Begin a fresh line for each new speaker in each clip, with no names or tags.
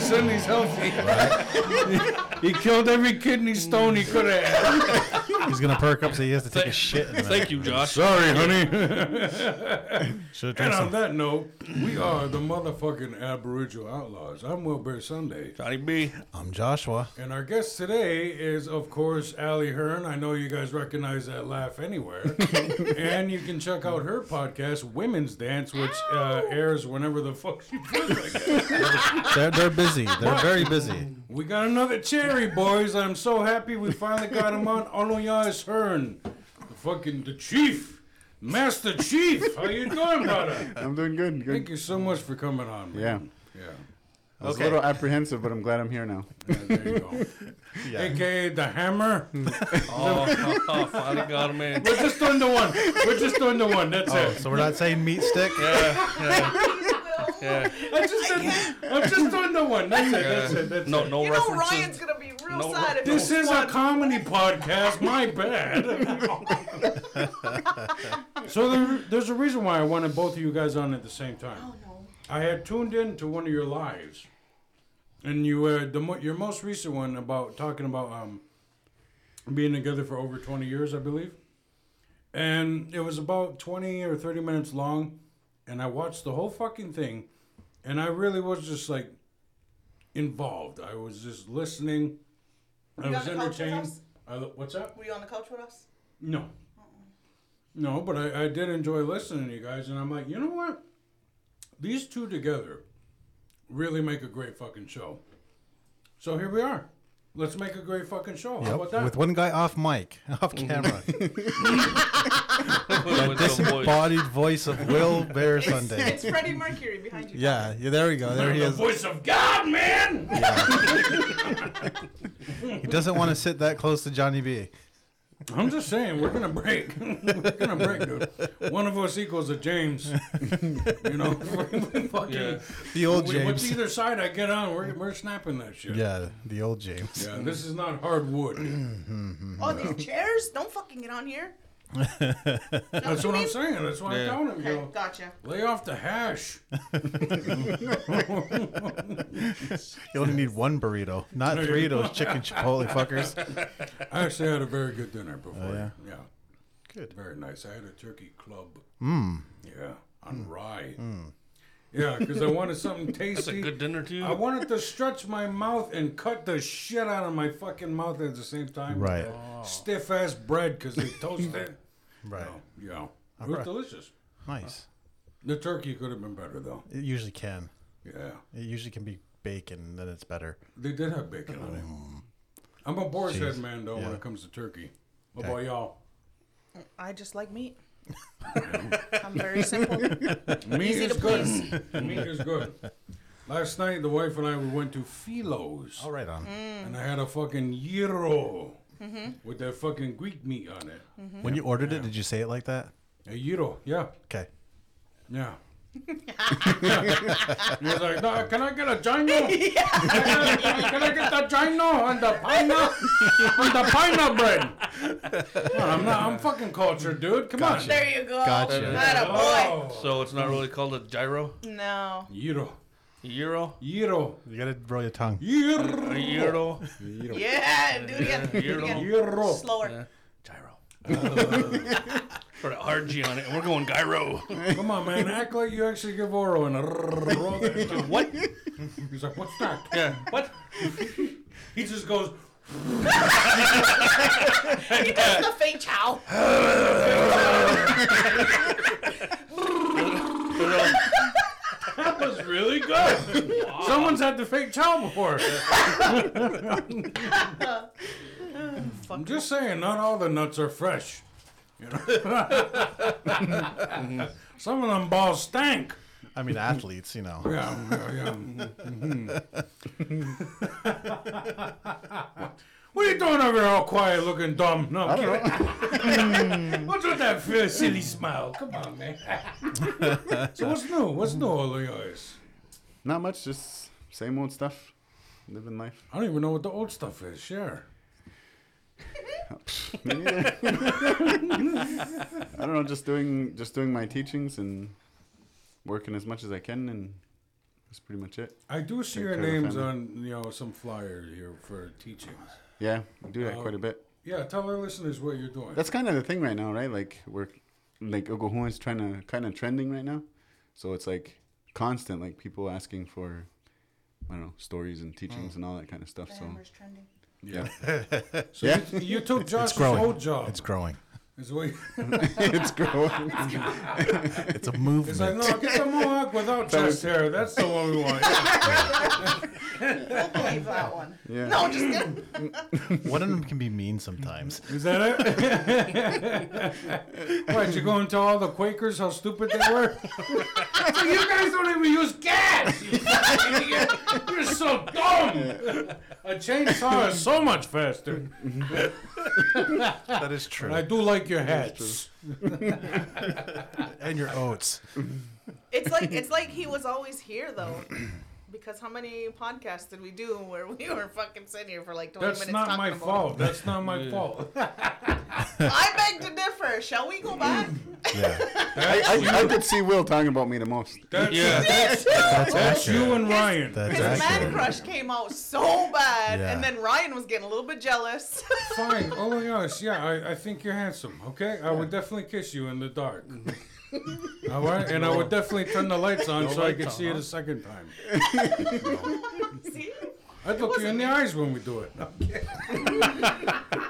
son, he's healthy. he killed every kidney stone he could have.
He's gonna perk up so he has to take a shit. in a minute.
Thank you, Josh.
Sorry, honey.
Should've drank
And on
some.
that note, we are the motherfucking Aboriginal Outlaws. I'm Wilbur Sunday.
Johnny B.
I'm Joshua.
And our guest today is, of course, Allie Hearn. I know you guys recognize that laugh anywhere. and you can check out her podcast, Women's Dance, which uh, airs whenever the fuck she feels like it.
They're, they're busy. They're very busy.
We got another cherry, boys. I'm so happy we finally got him on. Onoyas Hearn, the fucking the chief, Master Chief. How you doing, brother?
I'm doing good. Good.
Thank you so much for coming on. Man.
Yeah.
Yeah.
I was
Okay.
a little apprehensive, but I'm glad I'm here now.
Yeah, There you go. AKA the hammer.
Oh, finally got him in.
We're just doing the one. We're just doing the one. That's it.
So we're not saying meat stick.
Yeah.
I just said, I'm just doing the one. That's it. That's it. That's
No,
it.
no
You know
references.
Ryan's gonna be real
No,
sad if
This
he
is a comedy podcast. My bad. so there, there's a reason why I wanted both of you guys on at the same time.
Oh no.
I had tuned in to one of your lives, and you uh, the mo- your most recent one about talking about um, being together for over twenty years, I believe, and it was about twenty or thirty minutes long, and I watched the whole fucking thing, and I really was just like involved. I was just listening. I
You
was
on the couch with
entertained.
us?
I, lo- what's up?
Were you on the couch with us?
No.
Uh-uh.
No, but I, I did enjoy listening to you guys, and I'm like, you know what? These two together really make a great fucking show. So here we are. Let's make a great fucking show. How about
Yep.
that?
With one guy off mic, off camera.
With the voice.
Disembodied voice of Will Bear Sunday.
It's Freddie Mercury behind you.
Yeah, yeah, there we go. There he
the
is.
voice of God, man!
He doesn't want to sit that close to Johnny B.
I'm just saying, we're gonna break. we're gonna break, dude. One of us equals a James. You know, fucking.
Yeah.
The old
we- What's
James.
either side I get on, we're, we're snapping that shit.
Yeah, the old James.
Yeah, this is not hardwood.
All these chairs. Don't fucking get on here.
That's what I'm saying. That's why
Yeah.
I'm telling him, you
Okay,
know,
gotcha.
Lay off the hash.
You only need one burrito, not three of those chicken chipotle fuckers.
I actually had a very good dinner before.
yeah?
yeah.
Good.
Very nice. I had a turkey club. Mm. Yeah. On rye. Yeah, because I wanted something tasty.
That's a good dinner, too.
I wanted to stretch my mouth and cut the shit out of my fucking mouth at the same time.
Right.
Stiff ass bread because they toast it.
Right.
Oh, yeah. It was
right.
delicious.
Nice.
The turkey could have been better though.
It usually can.
Yeah.
It usually can be bacon, and then it's better.
They did have bacon on it. I'm a boar's head
Jeez.
man though when
Yeah.
it comes to turkey. What about y'all?
I just like meat. I'm very simple.
Meat
Easy
is
to
good. Meat is good. Last night, the wife and I we went to Philo's,
All right, on.
and I had a fucking gyro with that fucking Greek meat on it.
When you ordered it, did you say it like that?
A gyro, yeah,
Okay.
yeah. he was like, no, "Can I get a gyno? Can, I, can I get the gyno and the pina and the pina bread?" Come on, I'm not. I'm fucking cultured, dude. Come on.
there you go.
Gotcha.
Not a boy.
Oh,
So it's not really called a gyro?
No.
gyro,
Euro?
gyro,
You gotta roll your tongue.
gyro,
A euro?
Yeah. Do it again. Do it
Euro.
again.
gyro.
Slower.
Yeah. Gyro. Put an RG on it, and we're going gyro.
Come on, man. Act like you actually give Oro and roll that.
What?
He's like, what's that?
Yeah. What?
He just goes,
He does the fake chow.
that was really good. Someone's had the fake chow before. I'm just saying, not all the nuts are fresh. You know? Some of them balls stank.
I mean, athletes, you know.
Yeah, yeah, yeah. Mhm. what are you doing over there all quiet looking dumb? No, I'm kidding. What's with that f- silly smile? Come on, man. so what's new? What's new, all you guys?
Not much, just same old stuff. Living life.
I don't even know what the old stuff is. Share.
Me neither. I don't know, just doing just doing my teachings and working as much as I can and That's pretty much it.
I do see
Take
your
care of the
names
family.
on you know some flyer here for teachings.
Yeah, we do that
Um,
quite a bit.
Yeah, tell our listeners what you're doing.
That's kind of the thing right now, right? Like we're like Oklahoma's trying to kind of trending right now, so it's like constant, like people asking for I don't know stories and teachings and all that kind of stuff. So
Hammer's trending.
yeah,
so
yeah.
you, you took Josh's
growing.
old job.
It's growing.
Is what you-
it's growing.
It's a
It's like,
movement.
no, get the mohawk without
That was-
chest hair. That's the one we want.
We'll believe that one.
Yeah.
No, just kidding.
One of them can be mean sometimes.
Is that it? what, you going to tell all the Quakers how stupid they were? so you guys don't even use gas! you fucking- You're so dumb! A chainsaw is so much faster.
That is
But I
true.
do like your hats.
And your oats.
It's like it's like he was always here though. Because how many podcasts did we do where we were fucking sitting here for like 20
That's
minutes
not
talking
my
about
fault. That's not my fault.
It? I beg to differ. Shall we go back?
Yeah.
I, I, I could see Will talking about me the most.
That's,
Yeah.
that's,
That's
that's you
accurate.
and Ryan.
That's
His man
accurate.
crush came out so bad,
Yeah.
and then Ryan was getting a little bit jealous.
Fine. Oh my gosh. Yeah, I, I think you're handsome. Okay, I would definitely kiss you in the dark. All right, and I would definitely turn the lights on so I
lights
could
on,
see it
huh?
a second time.
See?
I'd look you in the eyes when we do it.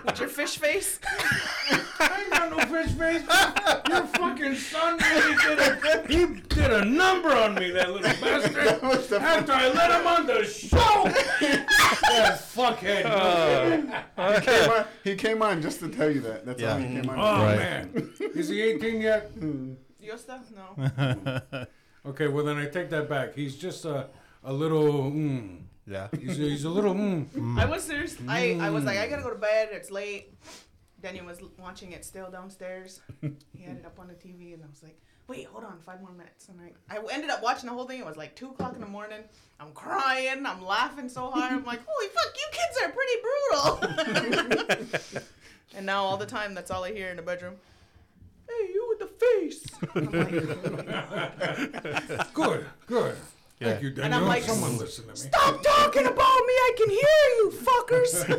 With your fish face.
I ain't got no fish face. Your fucking son really did a he did a number on me, that little bastard. After I let him on the show, that fuckhead. Uh,
He came on, he came on just to tell you that. That's all he
Yeah.
came
oh
on.
Right.
man, is he 18 yet?
Yosta? No.
Okay, well then I take that back. He's just a a little. Mm,
Yeah.
He's a, he's a little. Mm.
I was serious. I, I was like, I gotta go to bed. It's late. Daniel was watching it still downstairs. He had it up on the TV, and I was like, wait, hold on, five more minutes. And I, I ended up watching the whole thing. It was like 2 o'clock in the morning. I'm crying. I'm laughing so hard. I'm like, holy fuck, you kids are pretty brutal. and now all the time, that's all I hear in the bedroom. Hey, you with the face. I'm like,
Good, good.
Yeah.
Thank you, Daniel.
And I'm like,
someone listen to me.
Stop talking about me. I can hear you, fuckers.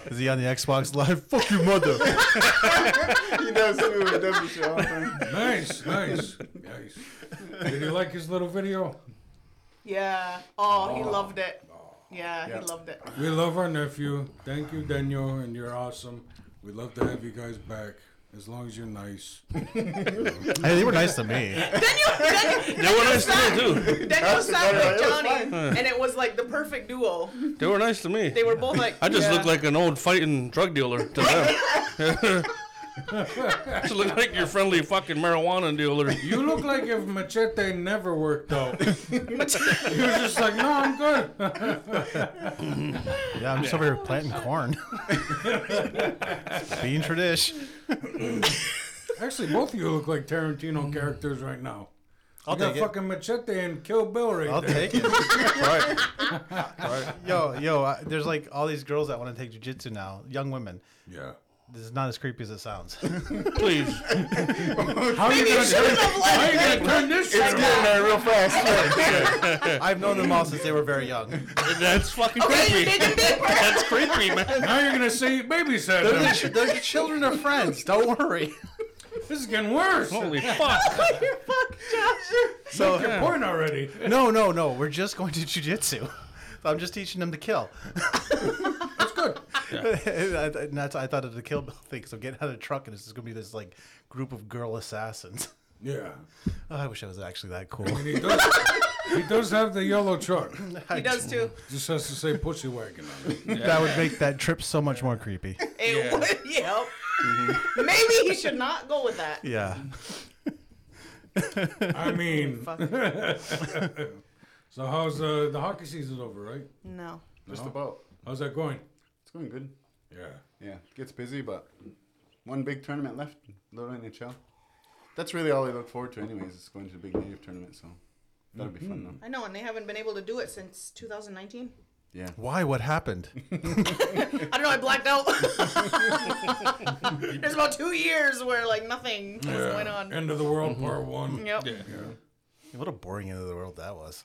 Is he on the Xbox Live? Fuck your mother.
He does too. He does the shit all the time.
Nice, nice, nice. Did you like his little video?
yeah. Oh, he loved it. Yeah,
Yeah.
he loved it.
We love our nephew. Thank you, Daniel, and you're awesome. We'd love to have you guys back as long as you're nice.
Hey, they were nice to me.
They were nice to me too.
Daniel
That's
sang
better.
Hmm.
It was
with Johnny, and it was like the perfect duo.
They were nice to me.
They were both like.
I just
yeah.
look like an old fighting drug dealer to them. just look like your friendly fucking marijuana dealer.
You look like if Machete never worked out. You're just like, no, I'm good.
Yeah, I'm just over here planting corn. Being tradish.
Actually, both of you look like Tarantino characters right now.
I'll
You got
take it.
fucking Machete and Kill Bill right
I'll
there.
take it. right. Yo, yo, I, there's like all these girls that want to take jujitsu now, young women.
yeah.
This is not as creepy as it sounds.
Please.
How are you
You
gonna
should
turn,
have
how you
let
gonna turn this shit
It's
around?
getting there real fast.
I've known them all since they were very young.
That's fucking
Okay, Oh, you
creepy.
dig it deeper.
That's creepy, man.
Now you're gonna say babysat them.
Their children are friends. Don't worry.
This is getting worse.
Holy fuck.
You're fuck, Josh.
So
Your point already.
no, no, no. We're just going to jujitsu. I'm just teaching them to kill.
That's good.
and that's I thought of the kill bill thing. So I'm getting out of the truck, and it's just gonna be this like group of girl assassins.
Yeah.
Oh, I wish I was actually that cool.
And he does. he does have the yellow truck.
He does too.
Just has to say pussy wagon on it.
That would make that trip so much more creepy.
It would. Yep. Maybe he should not go with that.
Yeah.
I mean,
Fuck.
so how's uh, the hockey season's over, right?
No.
Just about.
How's that going?
It's going good.
Yeah.
Yeah, it gets busy, but one big tournament left. Little NHL. That's really all I look forward to, anyways. Is going to the big native tournament, so that'll be fun though.
I know, and they haven't been able to do it since 2019.
Yeah.
Why? What happened?
I don't know. I blacked out. There's about two years where like nothing was going on.
Mm-hmm.
End of the world, part one.
Yep.
Yeah.
What a boring end of the world that was.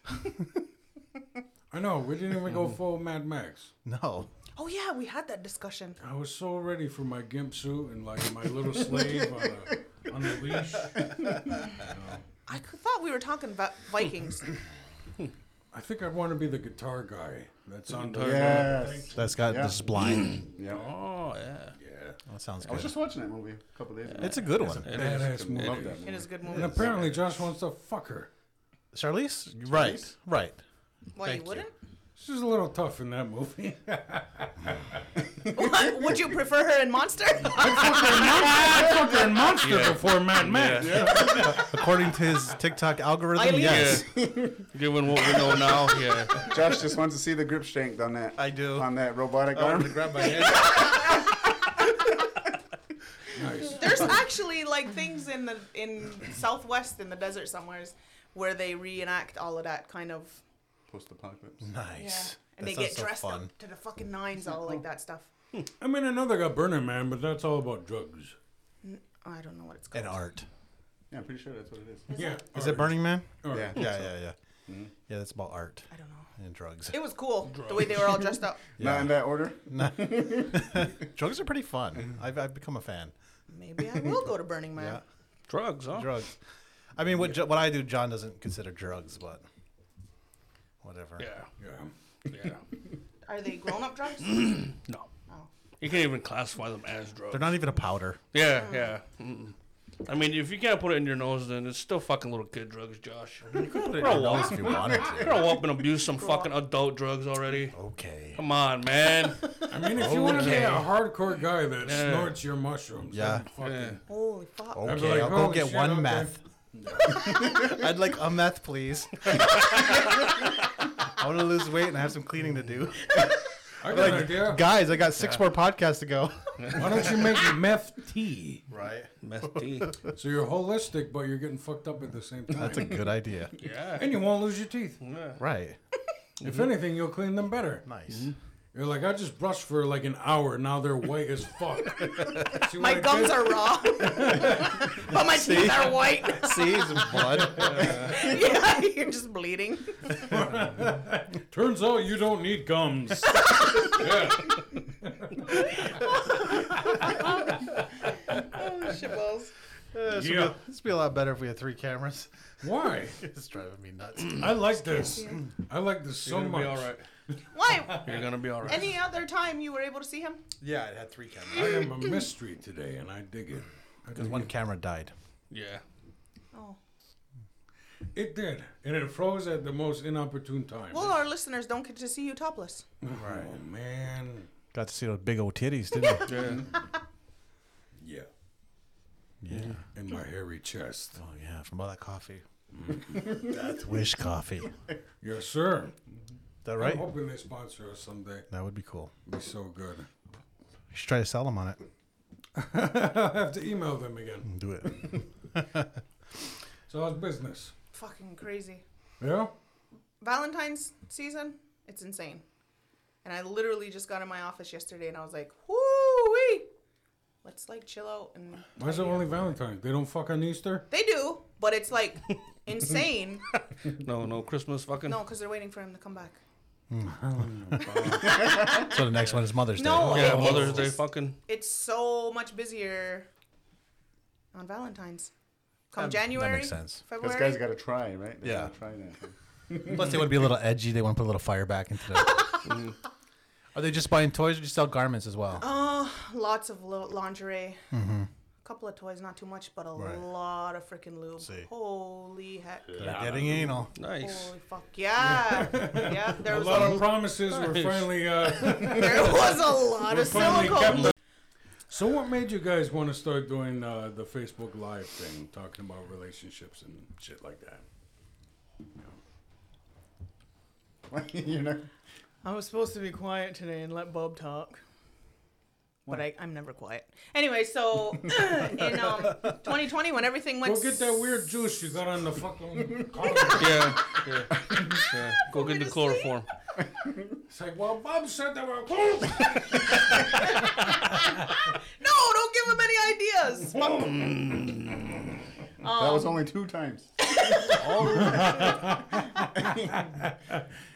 I know we didn't even
Mm-hmm.
go full Mad Max.
no.
Oh yeah, we had that discussion.
I was so ready for my gimp suit and like my little slave on, a, on a leash.
I c- thought we were talking about Vikings.
I think I want to be the guitar guy. That's on the
Yes.
That's got
Yeah.
this blind.
Yeah.
Oh yeah.
yeah,
that sounds
I was
good.
just watching that movie a couple days ago.
It's a good one.
It is.
badass movie.
Love that movie.
it is a good
And
movie.
apparently, Josh wants to fuck her.
Charlize? Right.
Charlize?
Right.
Why you
Thank you.
wouldn't?
She's a little tough in that movie.
What? Would you prefer her in Monster?
I fucked her in Monster
Yeah.
before Mad Max.
Yeah.
According to his TikTok algorithm,
Eileen?
yes.
Given what we know now, yeah.
Josh just wants to see the grip strength on that.
I do. Oh,
On that robotic
I wanted to
arm.
grab my hand.
Nice.
There's actually like things in the in Southwest in the desert somewheres where they reenact all of that kind of
Post-apocalypse.
Nice.
and
That
they get
sounds so
dressed
fun.
up to the fucking nines, all like that stuff.
I mean, I know they got Burning Man, but that's all about drugs.
I don't know what it's called.
And art.
Yeah, I'm pretty sure that's what it is.
Yeah.
Is it Burning Man?
All
Yeah.
right.
Yeah, yeah, yeah. Yeah, that's about art
I don't know.
and drugs.
It was cool the way they were all dressed up.
Not in that order.
drugs are pretty fun. I've, I've become a fan.
Maybe I will go to Burning Man.
Yeah.
Drugs, huh?
Drugs. I mean, what Jo- what I do, John doesn't consider drugs, but whatever.
Yeah.
Yeah.
Yeah.
Are they grown up drugs?
No.
Oh.
You can't even classify them as drugs.
They're not even a powder.
Yeah, yeah. Mm-mm. I mean, if you can't put it in your nose, then it's still fucking little kid drugs, Josh.
Put it in
Grow
your nose
up.
if you wanted to.
Grow up and abuse some fucking adult drugs already.
Okay.
Come on, man.
I mean, if you want to be
Okay.
a hardcore guy that
Yeah.
snorts your mushrooms,
Yeah.
then fucking.
Yeah.
Holy fuck.
I'd be
Okay,
like,
I'll go
"Holy
get
shit,
one
okay."
meth. I'd like a meth, please. I want to lose weight and I have some cleaning to do.
I got an idea.
Guys, I got six more podcasts to go.
Why don't you make meth tea?
Right.
Meth tea.
So you're holistic, but you're getting fucked up at the same time.
That's a good idea.
Yeah.
and you won't lose your teeth.
yeah.
Right.
If anything, you'll clean them better.
Nice.
You're like, I just brushed for like an hour. Now they're white as fuck. See what
My
I
gums
did?
are raw, but my teeth are white.
See, some blood.
yeah, you're just bleeding.
Turns out you don't need gums.
Oh, shitballs.
this, would
Yeah.
be, this would be a lot better if we had three cameras.
Why?
It's driving me nuts.
I like this. I like this so
You're gonna
much.
be all right.
Why?
You're gonna be all right.
Any other time you were able to see him?
yeah, it had three
I
cameras.
am a mystery today, and I dig it. I
Because
dig
one camera died.
Yeah.
Oh.
it. it did, and it froze at the most inopportune time.
Well, our listeners don't get to see you topless.
right, man.
Got to see those big old titties, didn't you?
Yeah.
Yeah. Yeah. In my hairy chest.
Oh yeah, from all that coffee. That's wish coffee. Is
Yes, sir.
that
I'm
right?
hoping they sponsor us someday.
That would be cool.
It'd be so good.
You should try to sell them on it.
I have to email them again.
Do it.
So how's business?
Fucking crazy.
Yeah.
Valentine's season, it's insane. And I literally just got in my office yesterday and I was like, whoo wee. Let's like chill out and
Why is it only Valentine's? They don't fuck on Easter.
they do, but it's like insane.
No, no Christmas fucking.
No, because they're waiting for him to come back.
So the next one is Mother's
No.
Day.
Yeah,
Oh.
Mother's Day fucking.
It's so much busier on Valentine's. Come
That- that
January,
makes sense.
This
February.
guy's got to try, right? They
Yeah.
gotta Try that.
Plus, they want to be a little edgy. They want to put a little fire back into the. Are they just buying toys or do you sell garments as well?
Oh, lots of lo- lingerie.
Mm-hmm.
A couple of toys, not too much, but a lot of freaking lube.
See.
Holy heck.
They're getting anal.
Nice.
Holy fuck. Yeah. yeah. There
A
was
lot
a,
of promises were finally. Uh,
there was a lot
were
of
finally kept.
silicone.
So what made you guys want to start doing uh, the Facebook Live thing, talking about relationships and shit like that?
You're not.
I was supposed to be quiet today and let Bob talk. But I, I'm never quiet. Anyway, so in um, 2020, when everything went
Go get that weird juice you got on the fucking. collar.
Yeah. Yeah. yeah. Go get the chloroform.
it's like, well, Bob said that we're.
No, don't give him any ideas. Um,
that was only two times.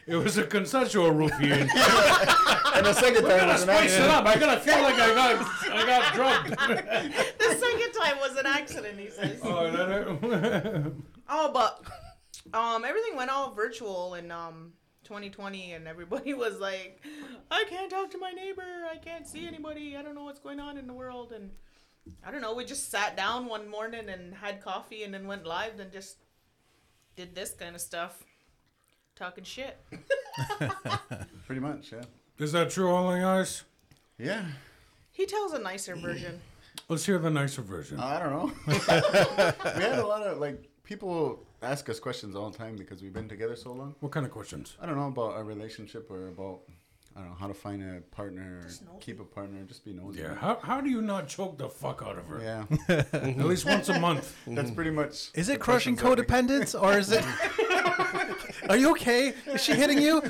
It was a consensual roofie.
And the second time was an
Spice it
accident.
up. I gotta feel like I got I got drugged.
The second time was an accident, he says.
Oh, that-
Oh, but um, everything went all virtual in um 2020, and everybody was like, "I can't talk to my neighbor. I can't see anybody. I don't know what's going on in the world." And I don't know. We just sat down one morning and had coffee, and then went live, and just did this kind of stuff, talking shit.
Pretty much, yeah.
Is that true, All Eyes?
Yeah.
He tells a nicer version.
Let's hear the nicer version.
I don't know. we had a lot of like people ask us questions all the time because we've been together so long.
what kind of questions?
I don't know about a relationship or about I don't know how to find a partner, or
Just nosy.
keep a partner, just be nosy.
Yeah. How, how do you not choke the fuck out of her?
Yeah.
At least once a month.
That's pretty much.
Is it
the
crushing
questions that we-
codependence or is it? Are you okay? Is she hitting you?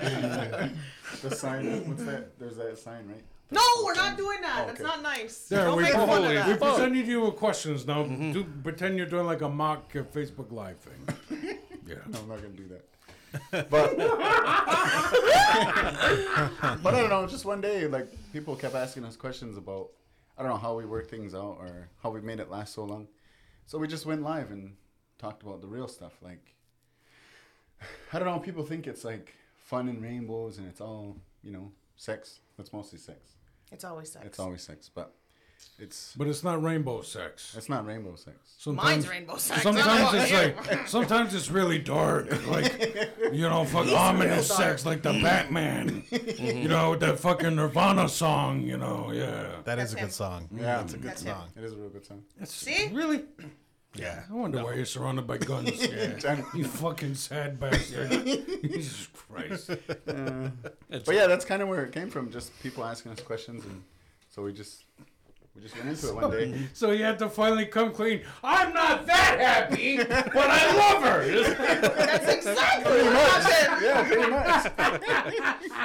The sign. What's that? There's that sign, right?
No, we're not doing that. That's
Okay.
not nice.
There,
don't
we,
make fun of
probably-
we
that.
Fuck.
presented you with questions. Now, do, pretend you're doing like a mock uh, Facebook Live thing. Yeah.
No, I'm not gonna do that. But but I don't know. Just one day, like people kept asking us questions about I don't know how we work things out or how we made it last so long. So we just went live and talked about the real stuff. Like I don't know. People think it's like fun and rainbows and it's all you know sex. It's mostly sex.
It's always sex.
It's always sex, but it's
But it's not rainbow sex.
it's not rainbow sex.
Sometimes,
Mine's rainbow sex.
sometimes it's
Yeah.
like, sometimes it's really dark. Like, you know, fuck ominous
real dark.
sex, like the Batman. you know, that fucking Nirvana song, you know, yeah.
That is
That's
a
him.
good song.
Yeah, it's a
That's him.
song.
It is a real good song.
It's
See?
Really?
Yeah.
I wonder why you're surrounded by guns. yeah. You fucking sad bastard. Jesus Christ.
But yeah, that's kind of where it came from. Just people asking us questions, and so we just we just went into it one day.
So you had to finally come clean. I'm not that happy, but I love her.
That's exactly what happened.
Yeah, pretty much.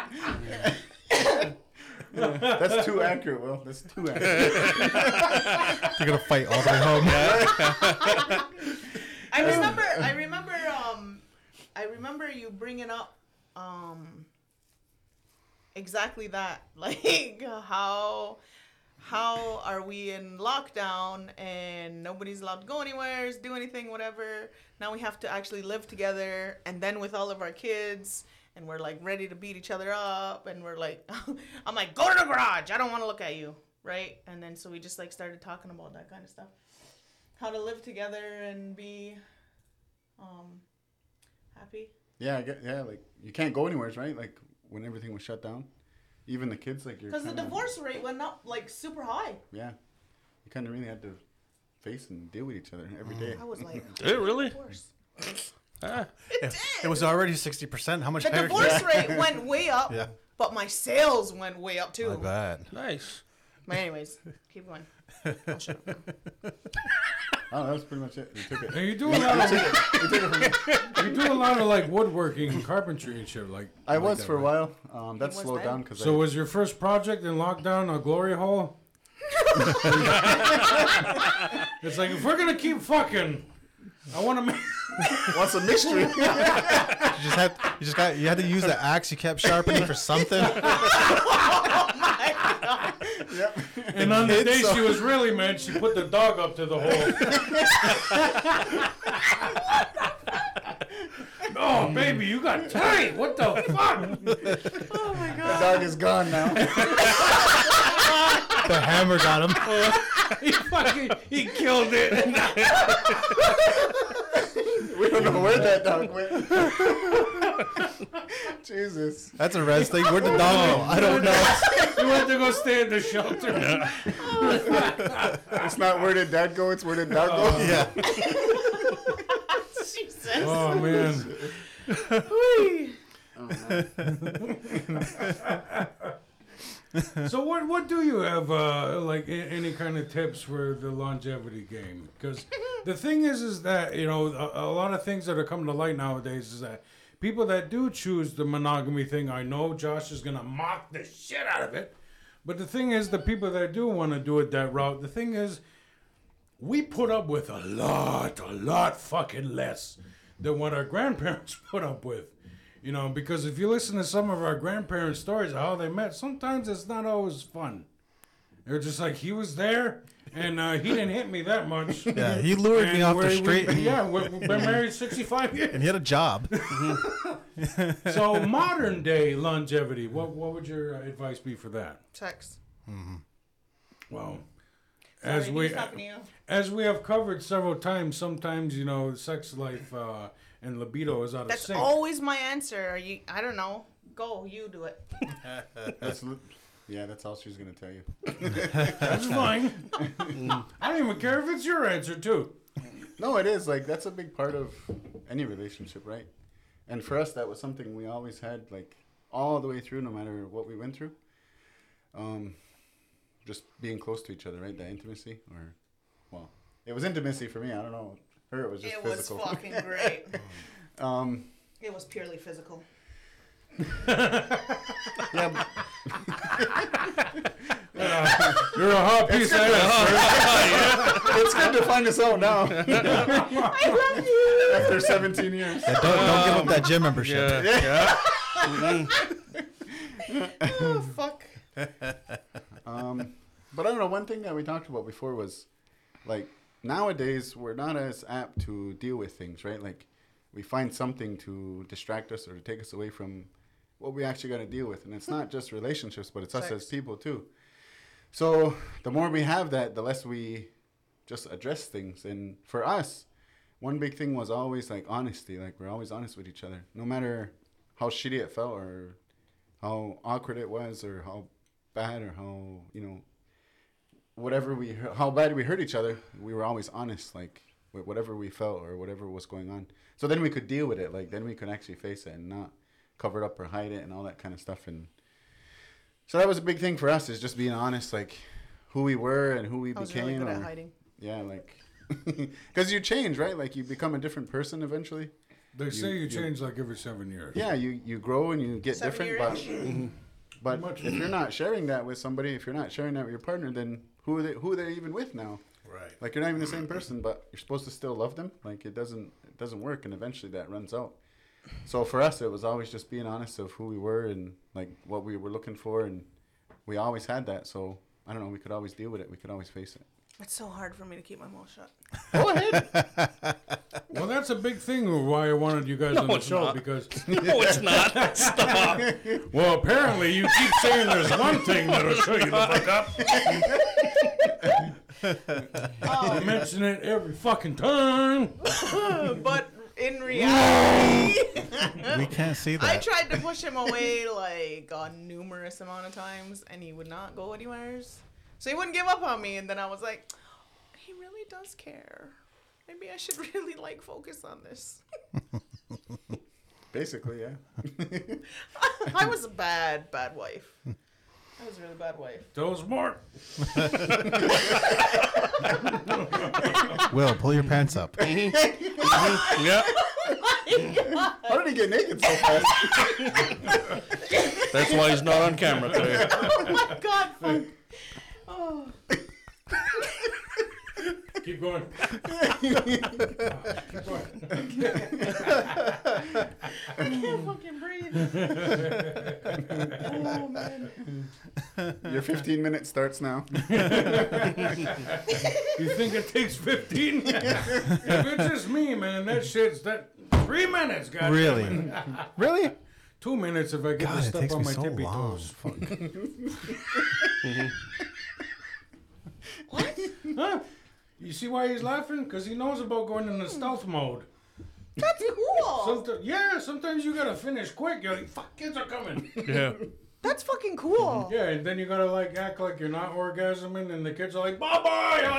Yeah, that's too accurate, Will. That's too accurate.
You're gonna fight all the way home.
I remember. I remember. Um, I remember you bringing up, um, exactly that. Like how, how are we in lockdown and nobody's allowed to go anywhere, do anything, whatever. Now we have to actually live together, and then with all of our kids. And we're like ready to beat each other up, and we're like, I'm like, go to the garage. I don't want to look at you, right? And then so we just like started talking about that kind of stuff how to live together and be um happy
Yeah, I get, yeah. Like you can't go anywhere, right? Like when everything was shut down, even the kids, like you're.
because the
kinda-
divorce rate went up like super high
Yeah, you kind of really had to face and deal with each other
Mm.
every day.
i was like
Did it really?
divorce
Ah.
it did
It was already sixty percent. How much
the
higher?
divorce rate went way up
Yeah.
but my sales went way up too
I bet.
Nice.
but anyways keep going I'll shut up.
Oh, that was pretty much it. We took it.
And you do a lot of you do a lot of like woodworking and carpentry and shit. Like
I
like
was
that,
for a
right?
while. Um, that
was
slowed
then.
down because
So
I,
was your first project in lockdown a glory hole? it's like if we're gonna keep fucking, I want to make.
what's a mystery?
You just had you just got you had to use the axe you kept sharpening for something.
And on the day she was really mad, she put the dog up to the hole. oh, baby, you got tight. What the fuck?
oh my
the
god
dog is gone now.
The hammer got him.
he fucking he killed it.
We don't know where that dog went. Jesus.
That's a res thing. Where'd the dog go? I don't know.
You went to go stay in the shelter.
It's not where did dad go, it's where did dog go.
Yeah.
jesus
Oh man. So what what do you have uh, like a- any kind of tips for the longevity game? Because the thing is, is that you know a, a lot of things that are coming to light nowadays is that people that do choose the monogamy thing. I know Josh is gonna mock the shit out of it, but the thing is, the people that do want to do it that route. The thing is, we put up with a lot, a lot fucking less than what our grandparents put up with. You know, because if you listen to some of our grandparents' stories of how they met, sometimes it's not always fun. They're just like, he was there and uh, he didn't hit me that much.
Yeah, he lured me
And
off the
we're-
street,
We've been,
and,
yeah, we've we've been married 65 years.
and he had a job.
So modern day longevity, what what would your uh, advice be for that?
Sex.
Well,
Sorry,
as we
he's talking to you.
as we have covered several times, sometimes you know sex life uh, and libido is out
That's
of sync.
always my answer. You, I don't know. Go, you do it.
Uh, That's, li- yeah, that's all she's gonna tell you.
That's fine. I don't even care if it's your answer too.
No, it is like that's a big part of any relationship, right? And for us, that was something we always had, like all the way through, no matter what we went through. Um, just being close to each other, right? The intimacy, or well, it was intimacy for me. I don't know. Her, it was just
it was
physical.
fucking great.
um,
It was purely physical.
yeah, but-
You're a hot piece of ass.
it's good to find this out now
I love you.
after 17 years.
Yeah, don't, don't give up that gym membership.
Yeah, yeah.
Oh, fuck.
Um, but I don't know. One thing that we talked about before was like nowadays we're not as apt to deal with things, right? Like we find something to distract us or to take us away from what we actually got to deal with, and it's not just relationships, but it's us
Sex.
as people too. So the more we have that, the less we just address things. And for us, one big thing was always like honesty. Like we're always honest with each other, no matter how shitty it felt or how awkward it was or how bad or how you know whatever we how bad we hurt each other. We were always honest, like with whatever we felt or whatever was going on. So then we could deal with it. Like then we could actually face it and not cover it up or hide it and all that kind of stuff. And so that was a big thing for us is just being honest, like who we were and who we
I was
became.
really good at
or-
hiding.
yeah, like because you change, right? Like you become a different person eventually.
They say
You-
you
you-
change like every seven years.
Yeah, you you grow and you get
Seven
different. But but if you're not sharing that with somebody, if you're not sharing that with your partner, then who are they who are they even with now?
Right.
Like you're not even the same person, but you're supposed to still love them. Like it doesn't it doesn't work, and eventually that runs out. So for us, it was always just being honest of who we were and like what we were looking for, and we always had that. So I don't know, we could always deal with it. We could always face it.
It's so hard for me to keep my mouth shut.
Well, that's a big thing of why I wanted you guys on the
it's
show
not.
because
No, it's not. Stop.
well, apparently you keep saying there's one thing that'll show you the fuck up. I mention it every fucking time.
but in reality,
We can't see that.
I tried to push him away like a numerous amount of times, and he would not go anywhere. So he wouldn't give up on me, and then I was like, he really does care. Maybe I should really like focus on this.
Basically, yeah.
I was a bad, bad wife. I was a really bad wife.
Those more.
Will, pull your pants up.
Yeah.
How did he get naked so fast?
That's why he's not on camera today.
God, fuck. Oh,
Keep going.
I can't fucking breathe. Oh, man.
Your 15 minutes starts now.
You think it takes 15? if it's just me, man, that shit's that three minutes, guys.
Really? really?
Two minutes if I get
God,
to
it
step
takes
on
me
my
so
tippy
long.
toes.
What?
Huh? You see why he's laughing? Because he knows about going into stealth mode.
That's cool.
Someti- yeah, sometimes you gotta finish quick. You're like, fuck, kids are coming.
Yeah.
That's fucking cool.
yeah, and then you gotta like act like you're not orgasming, and the kids are like, bye bye. You're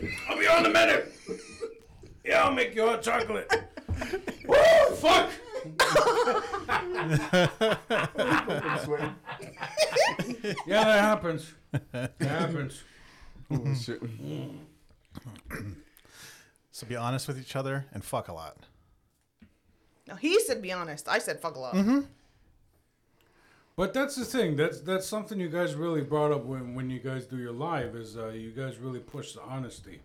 like, I'll be on in a minute. Yeah, I'll make you hot chocolate. Woo, fuck.
oh,
Yeah, that happens. That happens.
Oh, shit.
So be honest with each other and fuck a lot.
No, he said be honest. I said fuck a lot.
But that's the thing. That's that's something you guys really brought up when when you guys do your live is uh, you guys really push the honesty.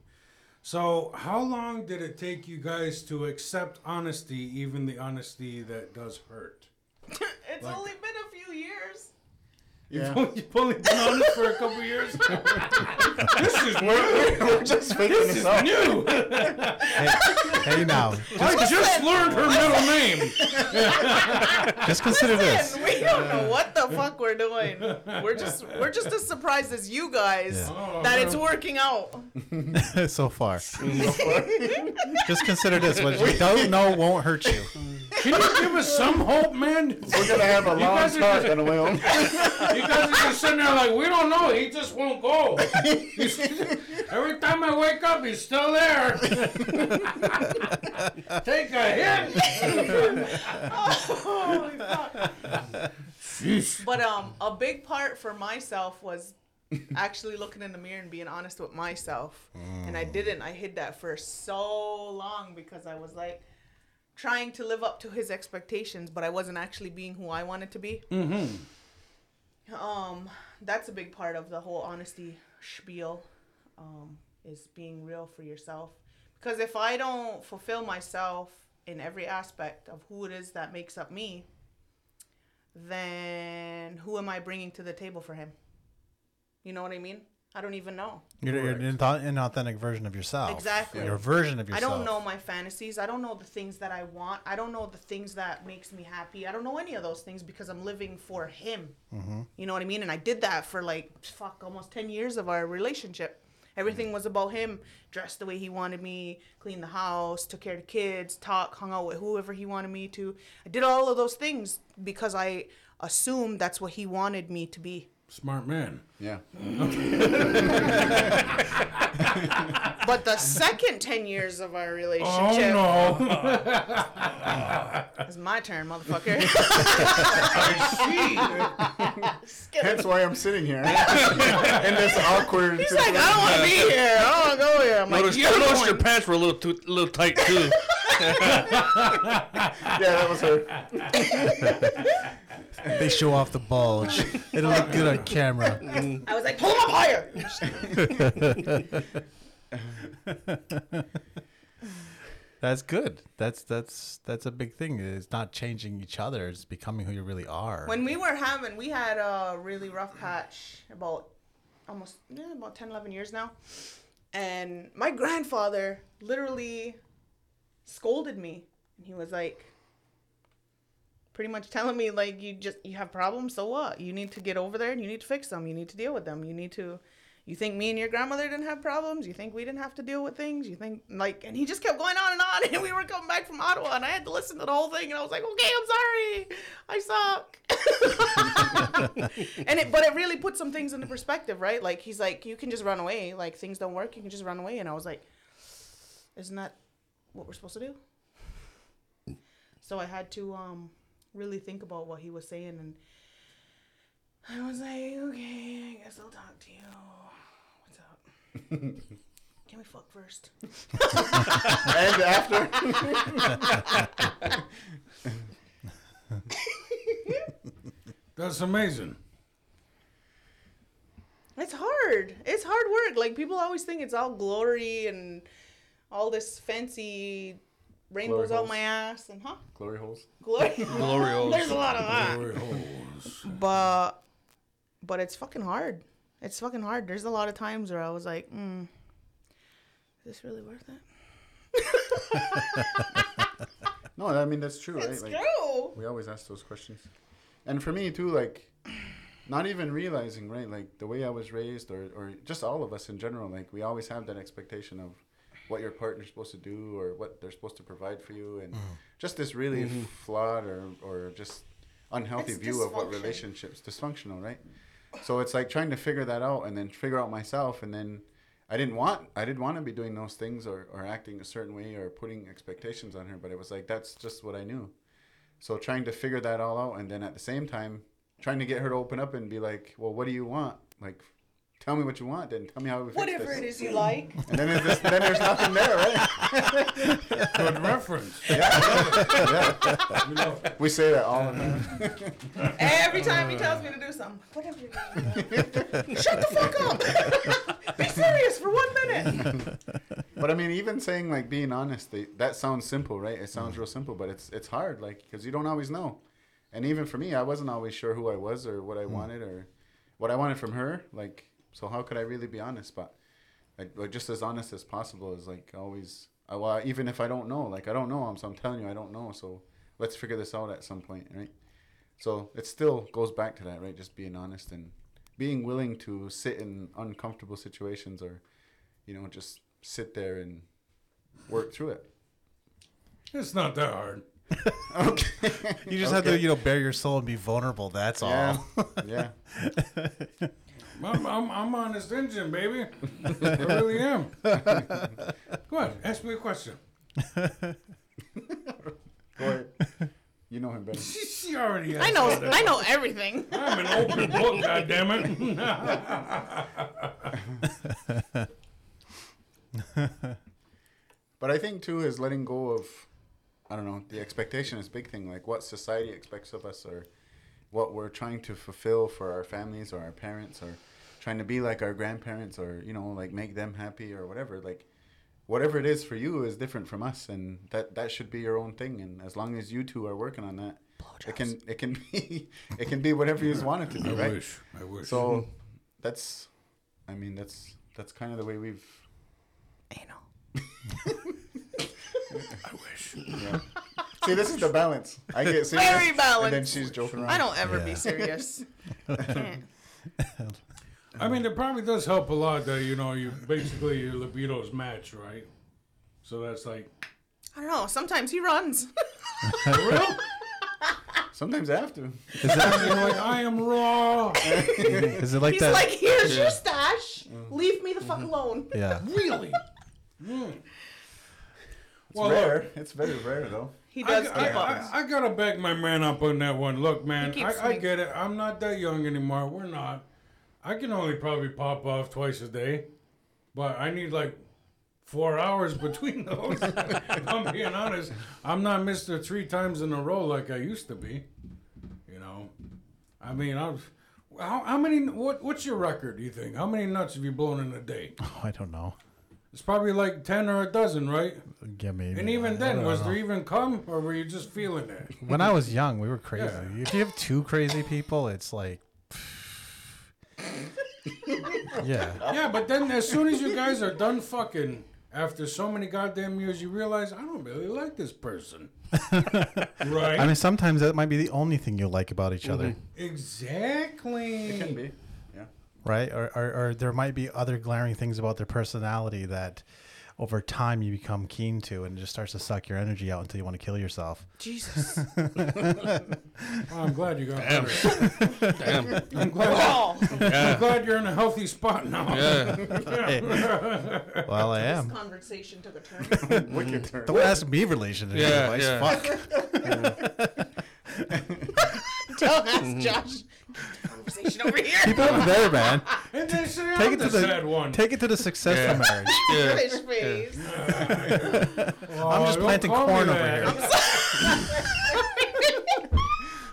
So, how long did it take you guys to accept honesty, even the honesty that does hurt?
it's
Like-
only been a few years.
Yeah.
You've only been honest for a couple years. this is
We're just faking this out.
new.
Hey, hey now,
I just learned her middle name.
just consider this.
Listen, we don't know what the fuck we're doing. We're just we're just as surprised as you guys
Yeah.
Oh,
that
no.
it's working out.
so far. Just consider this: what you don't know won't hurt you.
Can you give us some hope, man?
We're gonna have a long
guys are
talk
just-
on the way home.
You guys are just sitting there like, we don't know. He just won't go. He's- every time I wake up, he's still there. Take a hit.
Holy fuck. But um, a big part for myself was actually looking in the mirror and being honest with myself, and I didn't. I hid that for so long because I was like trying to live up to his expectations, but I wasn't actually being who I wanted to be. Mm-hmm. Um, that's a big part of the whole honesty spiel, um, is being real for yourself. Because if I don't fulfill myself in every aspect of who it is that makes up me, then who am I bringing to the table for him? You know what I mean? I don't even know.
You're, you're an inauth- inauthentic version of yourself.
Exactly.
Your version of
I
yourself.
don't know my fantasies. I don't know the things that I want. I don't know the things that makes me happy. I don't know any of those things because I'm living for him. You know what I mean? And I did that for like fuck almost 10 years of our relationship. Everything was about him, dressed the way he wanted me, cleaned the house, took care of the kids, talk, hung out with whoever he wanted me to. I did all of those things because I assumed that's what he wanted me to be.
Smart man.
Yeah.
But the second 10 years of our
Oh
relationship
no!
it's my turn, motherfucker. Skip it.
Hence why I'm sitting here in this awkward.
He's like, "Oh." I don't want to be here. I don't want to go here. I'm like,
Notice,
you're
I noticed your
going.
pants were a little too, little tight too.
Yeah, that was her.
They show off the bulge. It'll look good on camera.
I was like, pull him up higher.
That's good. That's that's that's a big thing. It's not changing each other. It's becoming who you really are.
When we were having, we had a really rough patch about almost yeah, about 10, 11 years now. And my grandfather literally scolded me. And he was like, pretty much telling me, like, you just, you have problems, so what? You need to get over there and you need to fix them. You need to deal with them. You need to, you think me and your grandmother didn't have problems? You think we didn't have to deal with things? You think, like, and he just kept going on and on. And we were coming back from Ottawa and I had to listen to the whole thing. And I was like, okay, I'm sorry. I suck. and it but it really put some things into perspective right like he's like you can just run away like things don't work you can just run away and i was like isn't that what we're supposed to do so i had to um really think about what he was saying and i was like okay i guess i'll talk to you what's up can we fuck first
And after.
That's amazing.
It's hard. It's hard work. Like people always think it's all glory and all this fancy rainbows
Glory
out my ass and huh?
Glory holes.
Glory.
Glory holes.
There's a lot of that.
Glory holes.
But but it's fucking hard. It's fucking hard. There's a lot of times where I was like, mm, is this really worth it?
No, I mean that's true,
It's
right? Like,
true.
we always ask those questions, and for me too, like, not even realizing, right? Like the way I was raised, or or just all of us in general, like we always have that expectation of what your partner's supposed to do or what they're supposed to provide for you, and just this really flawed or or just unhealthy
Mm-hmm. It's
view of what
dysfunction.
relationships dysfunctional, right? So it's like trying to figure that out and then figure out myself and then I didn't want I didn't want to be doing those things or, or acting a certain way or putting expectations on her, but it was like that's just what I knew. So trying to figure that all out and then at the same time trying to get her to open up and be like, Well, what do you want? Like tell me what you want, then tell me how we fix
Whatever
this.
it is you like.
And then, there's this, then there's nothing there, right?
Good reference. You know,
We say that all the time.
Every time he tells me to do something, whatever it is you like. Shut the fuck up. Be serious for one minute.
But but I mean, even saying like being honest, they, that sounds simple, right? It sounds real simple, but it's it's hard, like because you don't always know. And even for me, I wasn't always sure who I was or what I wanted or what I wanted from her. Like, so how could I really be honest? But like, like, just as honest as possible is like always. I, well, even if I don't know, like I don't know, I'm so I'm telling you I don't know. So let's figure this out at some point, right? So it still goes back to that, right? Just being honest and being willing to sit in uncomfortable situations or, you know, just sit there and work through it.
It's not that hard.
Okay.
You just have to, you know, bare your soul and be vulnerable. That's
Yeah.
all.
yeah.
I'm, I'm, I'm on this engine, baby. I really am. Go ahead, ask me a question.
Go ahead. You know him better.
She, she already asked
I know,
all that.
I know everything.
I'm an open book, goddammit.
But I think too is letting go of, I don't know, the expectation is a big thing. Like what society expects of us, or what we're trying to fulfill for our families or our parents, or trying to be like our grandparents, or you know, like make them happy or whatever. Like whatever it is for you is different from us, and that that should be your own thing. And as long as you two are working on that, it can it can be it can be whatever you want it to be,
I
right?
wish. I wish.
So that's, I mean, that's that's kind of the way we've.
Anal.
I wish.
Yeah. See, this is the balance. I get serious,
Very
and then
balanced.
she's joking around.
I don't ever be
Yeah.
serious. Can't.
I mean, it probably does help a lot that you know you basically your libidos match, right? So that's like
I don't know. Sometimes he runs.
Sometimes I have to.
Is, that,
You're like I am raw.
is it like
He's
that?
like, here's your stash. Leave me the fuck alone.
yeah.
Really? Mm. Well, look,
rare. It's very rare though.
He
I,
does
I,
give up.
I, I gotta back my man up on that one. Look, man,
He keeps
I, I
me-
get it. I'm not that young anymore. We're not. I can only probably pop off twice a day, but I need like four hours between those. if I'm being honest. I'm not Mister three times in a row like I used to be. You know, I mean, I was. How, how many? What What's your record? Do you think? How many nuts have you blown in a day?
Oh, I don't know.
It's probably like ten or a dozen, right?
Yeah, maybe.
And even then,
don't
was
know.
there even cum, or were you just feeling it?
when I was young, we were crazy.
Yeah.
If you have two crazy people, it's like. yeah.
Yeah, but then as soon as you guys are done fucking after so many goddamn years, you realize I don't really like this person. right? Mm-hmm.
I mean, sometimes that might be the only thing you like about each other,
exactly.
It can be. Yeah.
right? Or, or, or there might be other glaring things about their personality that over time you become keen to and it just starts to suck your energy out until you want to kill yourself.
Jesus.
Well, Oh, I'm glad you got
Damn.
better.
Damn.
I'm glad,
Oh,
I'm
Yeah.
glad you're in a healthy spot now.
Yeah.
Well, I
this
am.
conversation took a turn.
Wicked turn.
Don't ask me relation
Yeah,
advice.
yeah.
Fuck.
Don't ask Josh. Conversation over here.
Keep it over there, man.
And then say
Take
I'm
it
the,
to the
sad one.
Take it to the successful
Yeah.
marriage.
Yeah.
His face.
Aw,
I'm just
Oh, don't
planting
call me
corn over
that.
here.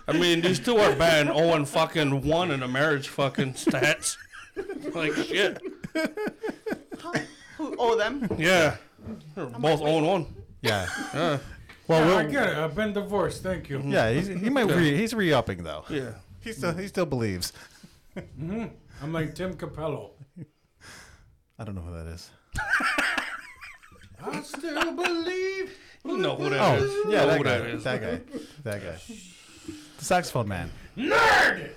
I mean, these two are bad. Oh, and fucking one in the marriage fucking stats. like shit.
Who owe them?
Yeah. They're both own one.
Yeah.
Yeah.
Well,
I
we'll,
get it. I've been divorced. Thank you.
yeah, he's, he might re, he's re-upping though.
Yeah.
He still he still believes.
I'm like Tim Capello.
I don't know who that is.
I still believe.
You know who that is.
Oh, yeah,
you know
that
who
guy,
that is.
that guy, that guy, the saxophone man.
Nerd!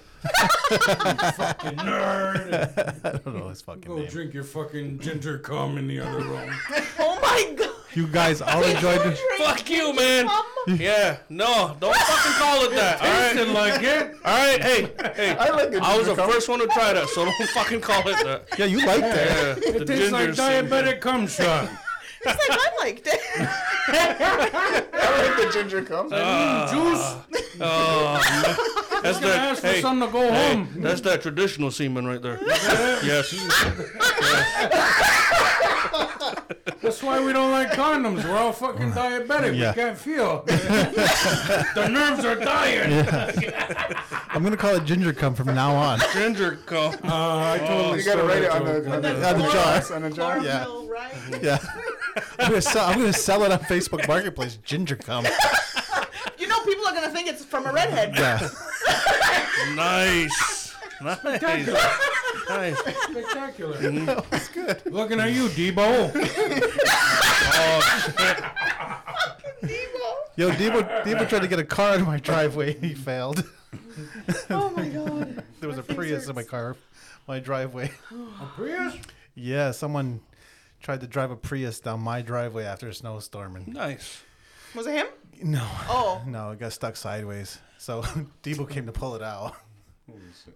fucking nerd!
I don't know his fucking
Go
name.
drink your fucking ginger cum in the other room.
Oh my god. Um,
You guys all enjoyed. The,
Fuck you, man. Yeah. No, don't fucking call it that. All
Tasted
right.
like it.
All right. Hey, hey. I,
like the
was the first one to try that, so don't fucking call it that.
yeah, you liked it.
Yeah.
It tastes like diabetic cum shot.
It's like I liked it.
I like the ginger cum.
Juice.
Oh, no. that's
Gonna ask for
that. Hey,
some to go
hey,
home.
that's that traditional semen right there. yes.
That's why we don't like condoms. We're all fucking diabetic.
Yeah.
We can't feel. the nerves are dying.
I'm gonna call it ginger cum from now on.
Ginger cum.
Uh, I totally
You gotta
stole
write
that
it on
joke.
the on the,
On the jar.
on the jar.
Chlorophyll, right?
Yeah, I'm gonna sell. I'm gonna sell it on Facebook Marketplace. Ginger cum.
You know, people are gonna think it's from a redhead.
Yeah.
Nice. Nice. nice.
Spectacular. that was good. Looking at you, Debo.
Evil.
Yo, Debo, Debo tried to get a car out of my driveway. He failed.
Oh my god.
There was a
My face
Prius in my
hurts.
car, my driveway.
A Prius?
Yeah, someone tried to drive a Prius down my driveway after a snowstorm, and
Nice.
Was it him?
no,
Oh.
no, it got stuck sideways. So Debo came to pull it out,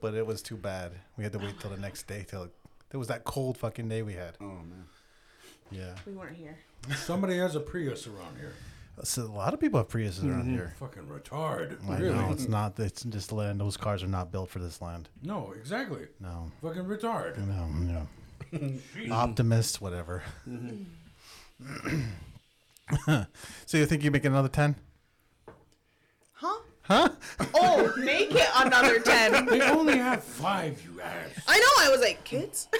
but it was too bad. We had to wait till the next day till it, it was that cold fucking day we had.
Oh man.
Yeah,
We weren't here.
Somebody has a Prius around here.
so a lot of people have Priuses around here.
Fucking retard.
I
really?
know it's not. It's just land. Those cars are not built for this land.
No, exactly.
No,
Fucking retard.
no, no. Optimists, whatever. Mm-hmm. so you think you make another ten?
Huh? Huh? Oh, make it another ten.
They only have five, you ass.
I know. I was like, kids. Oh,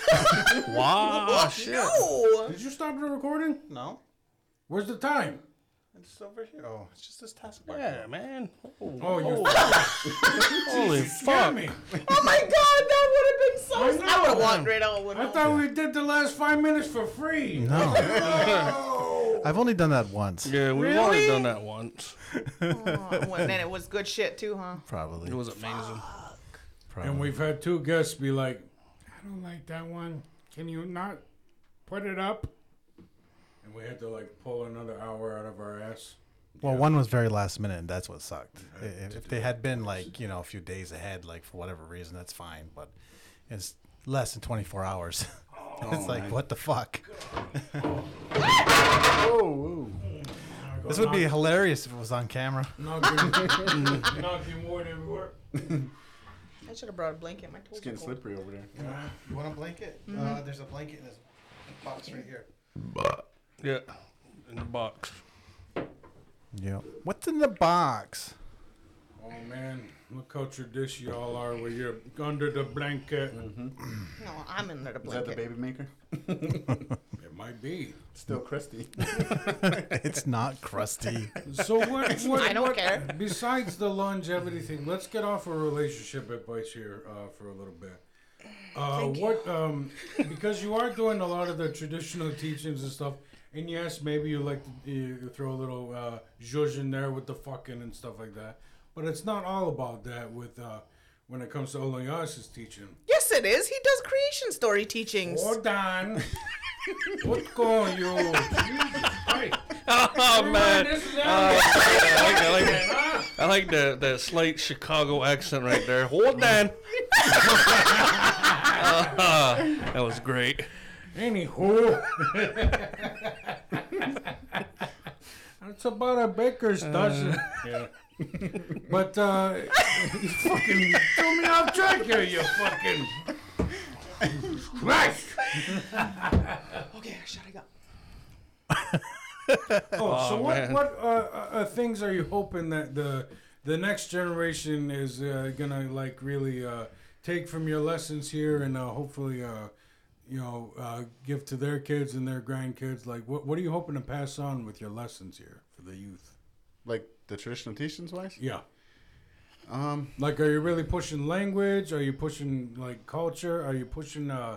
Wow. Ah, shit.
No.
Did you stop the recording?
No,
Where's the time?
it's over here. Oh, it's just this taskbar.
Yeah, man.
Oh, you
Holy
scared
fuck.
me.
Oh my god, that would have been so.
I
I, would have
know.
walked right out.
I
wouldn't I?
thought we did the last five minutes for free.
No,
Oh.
I've only done that once.
Yeah, we've only done that once.
Oh, and then it was good shit too, huh?
Probably.
It was amazing.
probably.
And we've had two guests be like, I don't like that one. Can you not put it up? And we had to like pull another hour out of our ass.
well, one was very last minute, and that's what sucked. I- If, if they had been like you know a few days ahead, like for whatever reason, that's fine. But it's less than twenty four hours. it's like what the fuck.
Oh, ooh.
This would be hilarious if it was on camera.
knocking, knocking wood everywhere.
I should have brought a blanket. My toes
it's
are
getting
cold.
slippery over there.
You want a blanket? Uh, there's a blanket in this box right here.
Yeah. In the box.
Yeah. What's in the box?
Oh man, look how traditional y'all are with your under the blanket.
No, I'm in there. The
Is that the
blanket.
baby maker?
It might be.
Still crusty.
It's not crusty.
So what? what
I don't
what-
care.
Besides the longevity thing, let's get off of relationship advice here uh, for a little bit. Uh, what? Um, because you are doing a lot of the traditional teachings and stuff, and yes, maybe you like to you throw a little uh, zhuzh in there with the fucking and stuff like that. But it's not all about that. With uh, when it comes to Olayas's teaching.
Yes, it is. He does creation story teachings.
Hold on. What go you? Jesus Christ.
Oh, man.
This
Uh.
is Ah. Alex,
I like, I like that.
huh?
I like that, that slight Chicago accent right there. Hold on. Uh-huh. that was great.
Anywho, it's about a baker's dozen. Uh, Yeah. But uh, you fucking threw me off track here. You fucking Christ.
Okay, shut it up.
Oh, so what
man.
what uh, uh, uh, things are you hoping that the the next generation is uh, gonna like really uh, take from your lessons here and uh, hopefully uh, you know uh, give to their kids and their grandkids? Like, what what are you hoping to pass on with your lessons here for the youth?
like the traditional teachings wise?
Yeah.
Um,
Like, are you really pushing language? Are you pushing like culture? Are you pushing uh,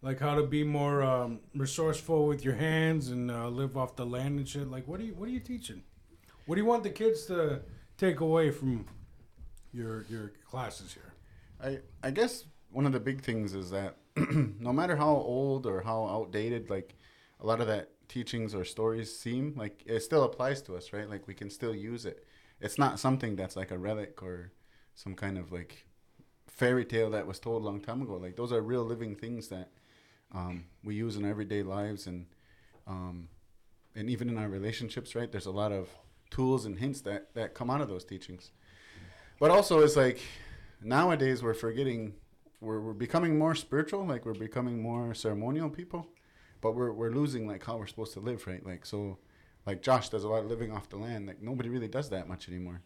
like how to be more um, resourceful with your hands and uh, live off the land and shit? Like, what are you what are you teaching? What do you want the kids to take away from your your classes here?
I I guess one of the big things is that no matter how old or how outdated like a lot of that teachings or stories seem, like it still applies to us, right? Like we can still use it. It's not something that's like a relic or some kind of like fairy tale that was told a long time ago. Like those are real living things that um, we use in our everyday lives and um, and even in our relationships, right? There's a lot of tools and hints that, that come out of those teachings but also it's like nowadays we're forgetting we're, we're becoming more spiritual like we're becoming more ceremonial people but we're, we're losing like how we're supposed to live right like so like josh does a lot of living off the land like nobody really does that much anymore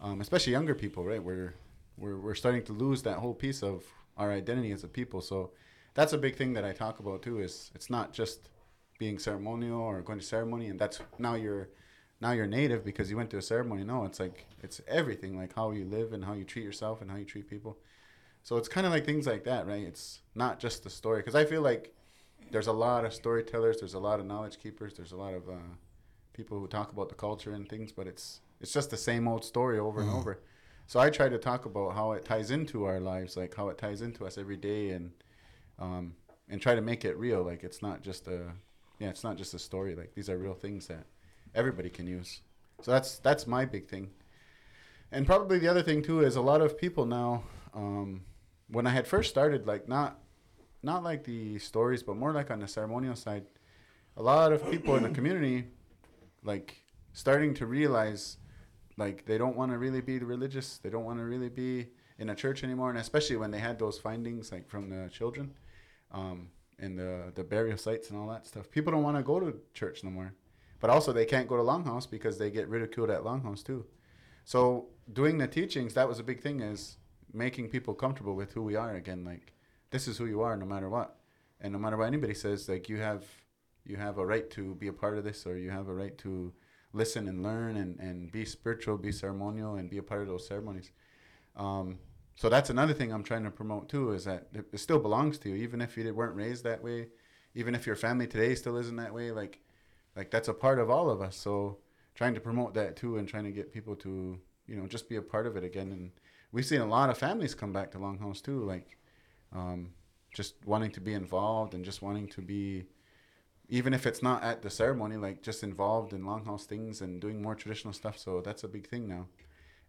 um, especially younger people right we're, we're we're starting to lose that whole piece of our identity as a people so that's a big thing that i talk about too is it's not just being ceremonial or going to ceremony, and that's now you're now you're native because you went to a ceremony. No, it's like it's everything, like how you live and how you treat yourself and how you treat people. So it's kind of like things like that, right? It's not just the story because I feel like there's a lot of storytellers, there's a lot of knowledge keepers, there's a lot of uh, people who talk about the culture and things, but it's it's just the same old story over and over. So I try to talk about how it ties into our lives, like how it ties into us every day, and um, and try to make it real. Like it's not just a yeah, it's not just a story. Like these are real things that everybody can use. So that's that's my big thing. And probably the other thing too is a lot of people now. Um, when I had first started, like not not like the stories, but more like on the ceremonial side, a lot of people in the community, like starting to realize, like they don't want to really be religious. They don't want to really be in a church anymore. And especially when they had those findings, like from the children, um, and the the burial sites and all that stuff, people don't want to go to church no more. But also they can't go to Longhouse because they get ridiculed at Longhouse too. So doing the teachings, that was a big thing is making people comfortable with who we are again. Like this is who you are no matter what. And no matter what anybody says, like you have you have a right to be a part of this or you have a right to listen and learn and, and be spiritual, be ceremonial and be a part of those ceremonies. Um, so that's another thing I'm trying to promote too is that it, it still belongs to you, even if you weren't raised that way, even if your family today still isn't that way. Like, like that's a part of all of us. So trying to promote that too, and trying to get people to you know just be a part of it again. And we've seen a lot of families come back to Longhouse too, like um, just wanting to be involved and just wanting to be, even if it's not at the ceremony, like just involved in Longhouse things and doing more traditional stuff. So that's a big thing now,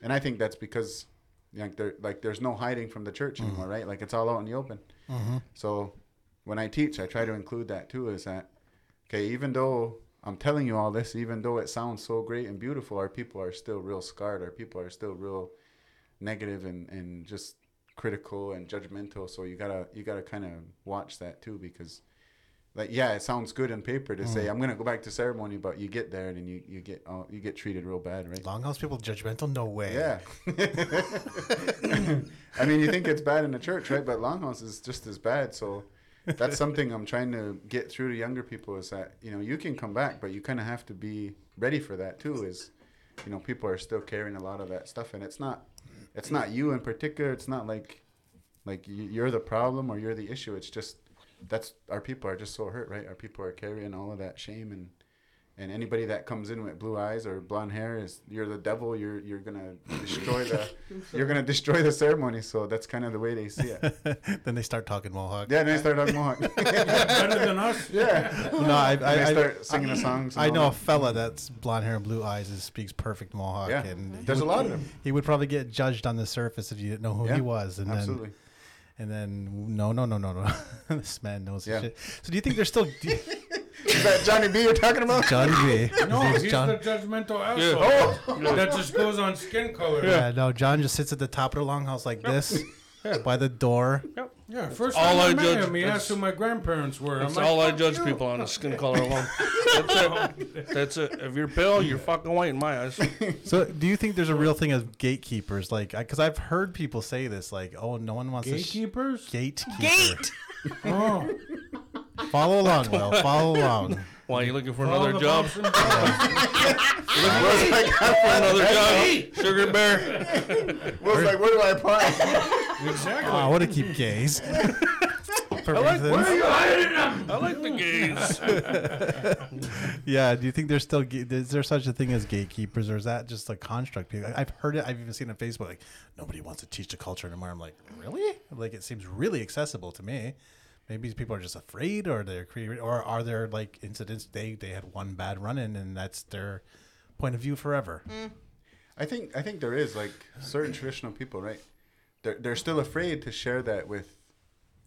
and I think that's because like there like there's no hiding from the church anymore, right? Like it's all out in the open. So when I teach, I try to include that too. Is that okay? Even though I'm telling you all this, even though it sounds so great and beautiful, our people are still real scarred. Our people are still real negative and and just critical and judgmental. So you gotta you gotta kind of watch that too because. Like yeah, it sounds good on paper to say I'm gonna go back to ceremony, but you get there and then you you get uh, you get treated real bad, right?
Longhouse people judgmental? No way.
Yeah. I mean, you think it's bad in the church, right? But Longhouse is just as bad. So that's something I'm trying to get through to younger people is that, you know, you can come back, but you kind of have to be ready for that too is, you know, people are still carrying a lot of that stuff and it's not it's not you in particular, it's not like like y- you're the problem or you're the issue. It's just that's our people are just so hurt, right? Our people are carrying all of that shame and and anybody that comes in with blue eyes or blonde hair is you're the devil. You're you're gonna destroy the you're gonna destroy the ceremony. So that's kind of the way they see it.
then they start talking Mohawk.
Yeah, and they start on Mohawk.
Better than us.
yeah,
No, I,
and
I,
they
I,
start singing the songs. and
I
all
know a
that.
fella that's blonde hair and blue eyes and speaks perfect Mohawk.
Yeah.
and he
There's a
would-
lot of them.
He would probably get judged on the surface if you didn't know who
Yeah,
he was, and
Absolutely.
then and then no, no, no, no, no. this man knows his
Yeah.
shit. So do you think they're still do-
Is that Johnny B you're talking about?
John B?
No,
His name's
he's
John.
the judgmental
Yeah. Oh,
asshole that just goes on skin color.
yeah, no, John just sits at the top of the longhouse like this, by the door.
Yeah, first
all
time I,
I
met
judge-
him, he
that's-
asked who my grandparents were.
That's
I'm
all I
like,
judge people on is skin color alone. That's it. That's it. If you're pale, you're fucking white in my eyes.
So, do you think there's a real thing of gatekeepers? Like, because I've heard people say this, like, oh, no one wants to. Sh-
gatekeepers.
gatekeeper.
Gate.
Oh,
Follow along, Will. Follow along.
Why are you looking for
all
another
the
job?
boys and-
Another job? Sugar bear?
Will's like, where do I apply?
exactly.
I want to keep gays. For reasons.
Where are you hiding them?
I like the gays.
Yeah. Do you think there's still ga- is there such a thing as gatekeepers, or is that just a construct? People- I've heard it. I've even seen it on Facebook. Like nobody wants to teach the culture anymore. I'm like, really? Like it seems really accessible to me. Maybe these people are just afraid, or they're creative, or are there like incidents they they had one bad run in, and that's their point of view forever.
Mm. I think I think there is like certain traditional people, right? They're they're still afraid to share that with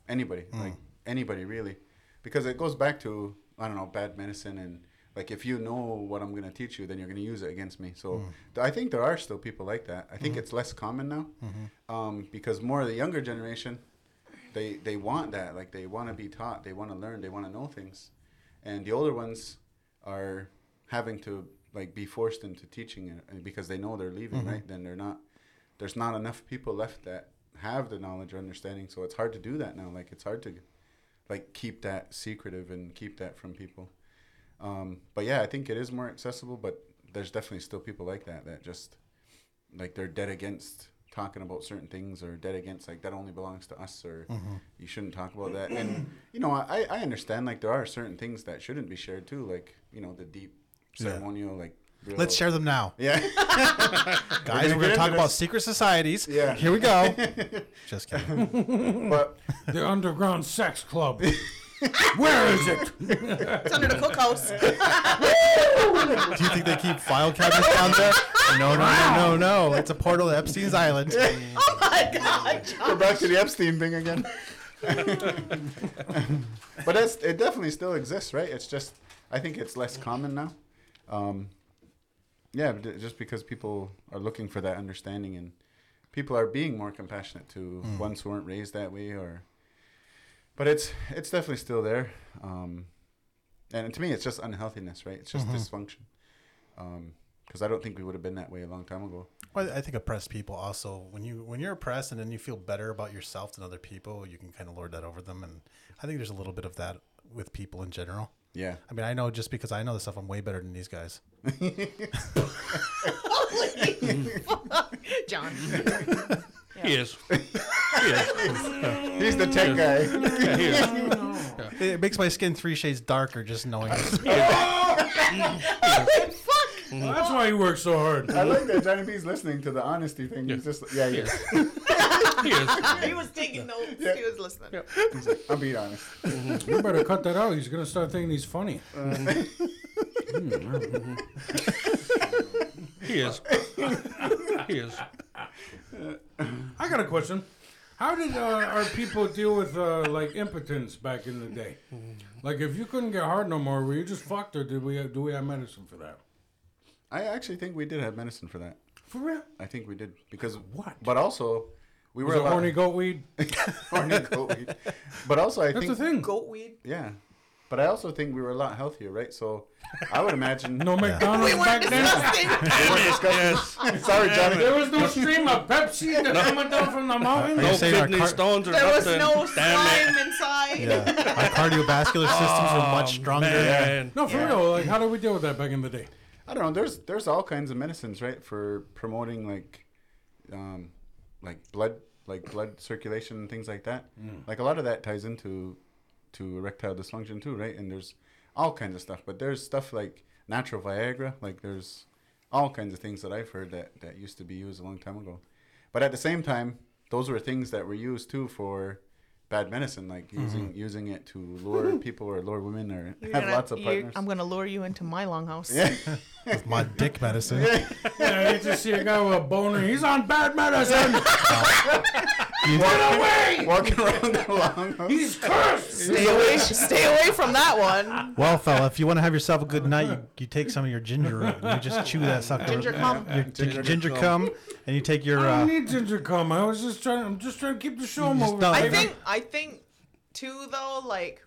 anybody, like anybody really, because it goes back to I don't know bad medicine and like if you know what I'm going to teach you, then you're going to use it against me. So th- I think there are still people like that. I think it's less common now um, because more of the younger generation they they want that like they want to be taught, they want to learn, they want to know things, and the older ones are having to like be forced into teaching it and because they know they're leaving right then they're not there's not enough people left that have the knowledge or understanding so it's hard to do that now like it's hard to like keep that secretive and keep that from people Um, but yeah, I think it is more accessible, but there's definitely still people like that that just like they're dead against talking about certain things or dead against like that only belongs to us or
Mm-hmm.
you shouldn't talk about that. And you know, I, I understand like there are certain things that shouldn't be shared too, like you know the deep
Yeah.
ceremonial like. real-
Let's share them now,
Yeah.
guys. We're
get
gonna talk
into
about
this.
secret societies.
Yeah.
Here we go. Just kidding.
but
The underground sex club. Where is it?
It's under the cookhouse.
Do you think they keep file cabinets down there? No, no, no, no, no. It's a portal to Epstein's Island.
oh my god, John.
We're back to the Epstein thing again. but that's it. Definitely still exists, right? It's just I think it's less common now. Um, yeah, but it- just because people are looking for that understanding and people are being more compassionate to ones who weren't raised that way, or but it's it's definitely still there. Um, and to me, it's just unhealthiness, right? It's just dysfunction. Because I don't think we would have been that way a long time ago.
Well, I think oppressed people also when you when you're oppressed and then you feel better about yourself than other people, you can kind of lord that over them, and I think there's a little bit of that with people in general.
Yeah.
I mean, I know just because I know this stuff, I'm way better than these guys.
Holy fuck. John.
He is. He is.
He's the tech guy.
Yeah, he is.
It makes my skin three shades darker just knowing. this.
fuck.
That's why you work so hard.
I like that Johnny B's listening to the honesty thing. He's just yeah, yeah.
He is.
He was taking notes. He was listening.
He's like, I'm being honest.
You better cut that out. He's gonna start thinking he's funny.
He is. He is.
I got a question. How did uh, our people deal with uh, like impotence back in the day? Like, if you couldn't get hard no more, were you just fucked, or did we have, do we have medicine for that?
I actually think we did have medicine for that.
For real?
I think we did because
What?
But also, we
Was
were
it
allowed,
horny goat weed?
horny goat. But also, I
That's
think
the thing.
Goat weed.
yeah. But I also think we were a lot healthier, right? So I would imagine.
No McDonald's
We weren't
back then.
disgusting.
Yes.
Sorry, Johnny.
There was no stream of Pepsi that coming down from the mountain.
No
saying our
kidney
car-
stones or
There was
nothing.
no
Damn it.
slime inside.
yeah, my cardiovascular systems are much stronger.
Man.
No, for real. Like, how did we deal with that back in the day?
I don't know. There's there's all kinds of medicines, right, for promoting like, um, like blood like blood circulation and things like that. Like a lot of that ties into to erectile dysfunction too, right? And there's all kinds of stuff, but there's stuff like natural Viagra. Like there's all kinds of things that I've heard that that used to be used a long time ago. But at the same time, those were things that were used too for bad medicine, like using using it to lure people or lure women or
You're
have
gonna-
lots of
you're-
partners.
I'm gonna lure you into my longhouse.
With my dick medicine.
Yeah, you just see a guy with a boner. He's on bad medicine. Get away!
Walking around the long.
He's cursed.
Stay away! Stay away from that one.
Well, fella, if you want to have yourself a good night, you, you take some of your ginger root and you just chew that sucker.
Ginger cum.
Your ginger, ginger cum, and you take your.
I
Uh,
don't need ginger cum. I was just trying. I'm just trying to keep the show moving.
don't-
I
baby.
think. I think, too, though, like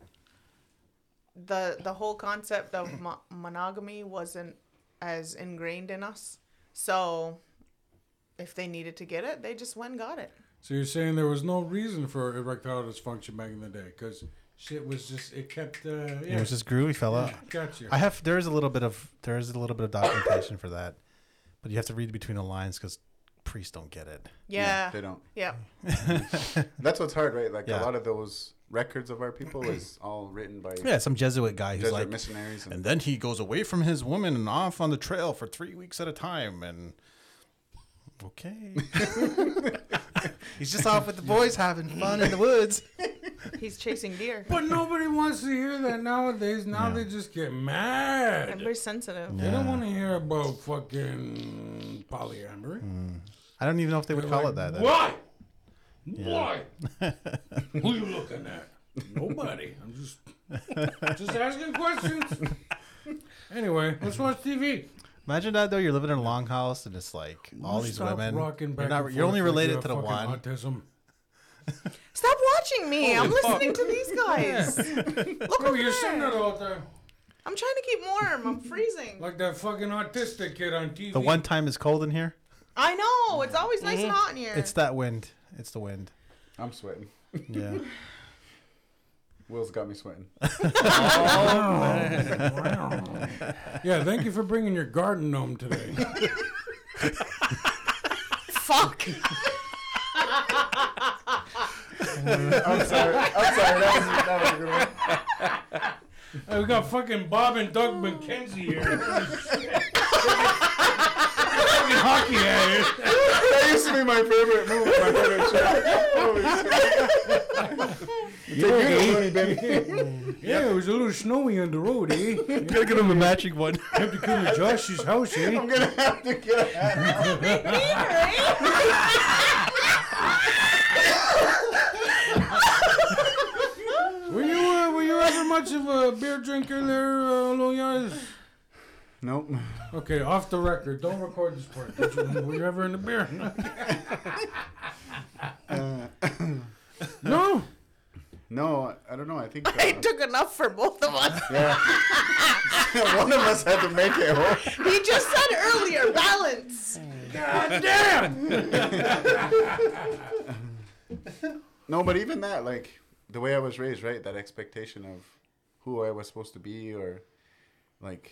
the the whole concept of mo- monogamy wasn't as ingrained in us. So, if they needed to get it, they just went and got it.
So you're saying there was no reason for erectile dysfunction back in the day because shit was just it kept. Uh, yeah,
It was just groovy, fella.
gotcha.
I have there is a little bit of there is a little bit of documentation for that, but you have to read between the lines because priests don't get it.
Yeah.
They don't.
Yeah.
That's what's hard, right? Like
Yeah.
a lot of those records of our people is all written by
Yeah, some Jesuit guy who's
desert
like,
missionaries. And,
and then he goes away from his woman and off on the trail for three weeks at a time, and okay, he's just off with the boys having fun in the woods.
He's chasing deer.
but nobody wants to hear that nowadays. Now they just get
I'm
mad.
very sensitive.
They don't want to hear about fucking polyamory.
I don't even know if they would call
Like,
it that. then.
Why? Why? Who you looking at? Nobody. I'm just just asking questions. Anyway, let's watch TV.
Imagine that though. You're living in a longhouse and it's like all these
Stop
women.
rocking back
You're, not,
and
you're
forth
only
like you
related
have
to the
fucking
one.
Autism.
Stop watching me. I'm
fuck.
listening to these guys. Look
Oh,
over
you're sitting there
there.
the whole time.
I'm trying to keep warm. I'm freezing.
Like that fucking autistic kid on TV.
The one time it's cold in here.
I know. It's always nice and hot in here.
It's that wind. It's the wind.
I'm sweating.
Yeah.
Will's got me sweating.
Yeah, thank you for bringing your garden gnome today.
Fuck.
I'm sorry. I'm sorry. That was, that was a good one.
Hey, we got fucking Bob and Doug McKenzie here. fucking hockey eh? at it.
That used to be my favorite move. My favorite trick. Holy shit. Take you to Looney, baby.
Yeah, it was a little snowy on the road, eh?
Gotta get him a matching one.
Have to come to Josh's house, eh?
I'm gonna have to get a hat.
eh?
Were you uh, were you ever much of a beer drinker there, uh, Loyas?
Nope.
Okay, off the record. Don't record this part. Did you, were you ever in the beer? no.
No, I don't know. I think
I
uh,
took enough for both of us.
one of us had to make it home.
He just said earlier, balance.
God damn.
No, but even that, like the way I was raised, right? That expectation of who I was supposed to be, or like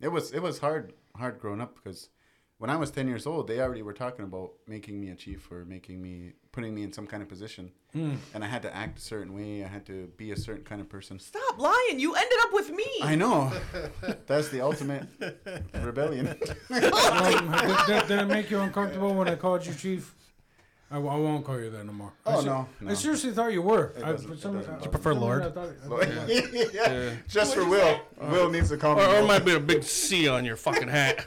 it was it was hard hard growing up because when I was ten years old, they already were talking about making me a chief or making me putting me in some kind of position,
Hmm.
and I had to act a certain way. I had to be a certain kind of person.
Stop lying. You ended up with me.
I know. That's the ultimate rebellion.
Um, did, did, did it make you uncomfortable when I called you chief? I, w- I won't call you that no more. I
Oh,
se-
no,
I
no.
seriously thought you were. I,
doesn't-
for
it
some-
doesn't
I-
bother
for
me.
Prefer
some
Lord.
reason I thought- I thought-
yeah. Just for Will. Will needs to call me.
Or, or it
Will.
might be a big C on your fucking hat.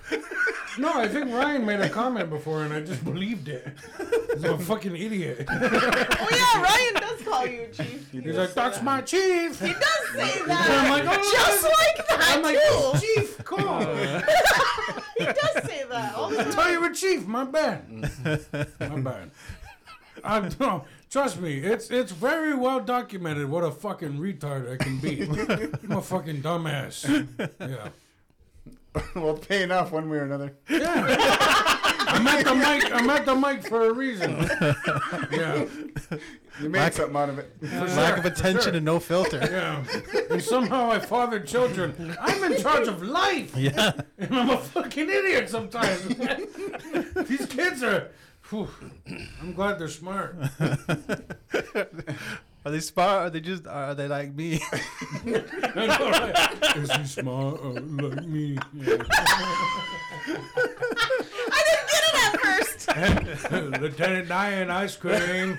No, I think Ryan made a comment before, and I just believed it. He's a fucking idiot.
Oh yeah, Ryan does call you chief. He
He's
does
like,
say
"That's
that."
my chief."
He does say
I'm
that.
like, "Oh,
just like that
I'm like, "Oh."
too.
chief, come on.
He does say that all the
Tell
time.
you what, chief. My bad. My bad. I don't trust me. It's it's very well documented what a fucking retard I can be. I'm a fucking dumbass. Yeah.
We'll pay enough one way or another.
Yeah. I'm at the mic. I'm at the mic for a reason. Yeah.
You made
Lack-
something out of it.
Lack of attention and no filter.
Yeah. And somehow I fathered children. I'm in charge of life.
Yeah.
And I'm a fucking idiot sometimes. These kids are. Whew, I'm glad they're smart.
Are they smart? Are they just? Are they like me?
I know, right? Is he smart uh, like me? Yeah.
I didn't get it at first.
Lieutenant Diane ice cream.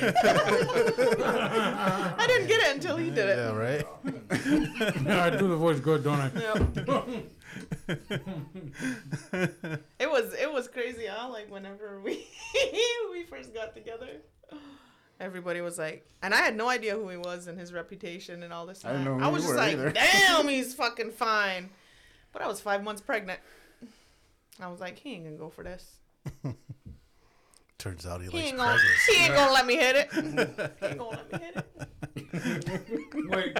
I didn't get it until he did it.
yeah. Right.
I do the voice good, don't I?
Yep. it was it was crazy, huh? Like whenever we we first got together, everybody was like, and I had no idea who he was and his reputation and all this.
I
And
didn't
that.
know who
I
you
was just
were
like,
either.
damn, he's fucking fine. But I was five months pregnant. I was like, he ain't gonna go for this.
Turns out he likes
He ain't gonna.
preggers.
He ain't gonna let me hit it. He ain't gonna let me hit it.
Wait.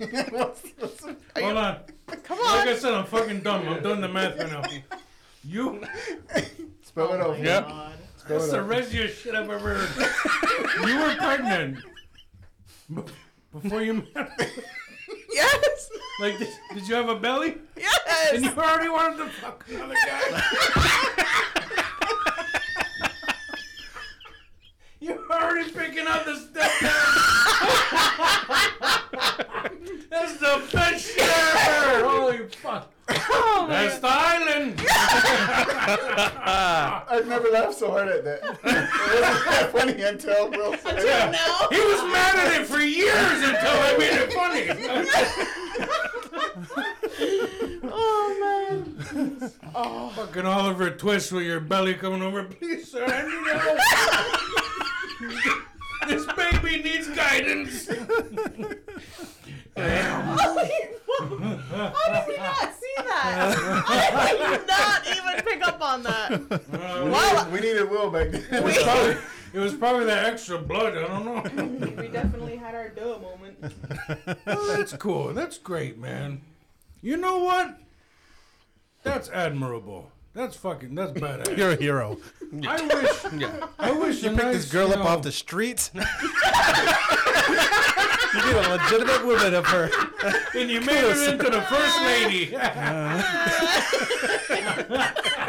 Are
Hold
you,
on. Like
come
I
on.
said, I'm fucking dumb. I'm done the math right now. You,
Spell it
Oh
out.
my
Yep.
God.
Spell
that's
it
the
out.
resiest shit I've ever heard. You were pregnant b- before you met.
Yes.
Like, did, did you have a belly?
Yes.
And you already wanted to fuck another guy. You're already picking up the stuff. That's the best shit ever. Holy fuck.
Oh,
That's the island.
I've never laughed so hard at that. it wasn't that funny until Will said it.
Don't know.
He was mad at it for years until I made it funny.
Oh man.
Fucking Oliver Twist with your belly coming over. Please, sir, I need help. this baby needs guidance.
Oh, Unbelievable. How did we not see that? How did we not even pick up on
Uh,
that? Wow.
We needed Will back then.
It was probably, it was probably that extra blood. I don't know.
We definitely had our duh moment.
Oh, that's cool. That's great, man. You know what? That's admirable. That's fucking. That's badass.
You're a hero.
I wish.
Yeah.
I wish
You
a
picked
nice,
this girl
you
up
know,
off the street. you made a legitimate woman of her.
and you made her into the first lady.
I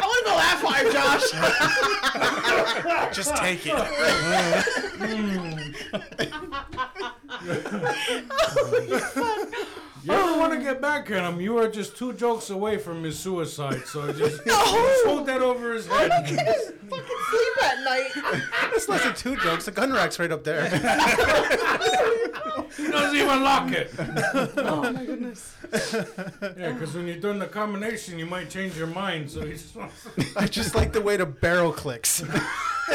want to go that far, Josh.
Just take it.
You ever want to get back at him? You are just two jokes away from his suicide. So just hold that over his head.
Just fucking sleep at night.
That's less than two jokes. The gun rack's right up there.
He doesn't even lock it. oh my goodness. Yeah, because when you're doing the combination, you might change your mind. So he's.
I just like the way the barrel clicks.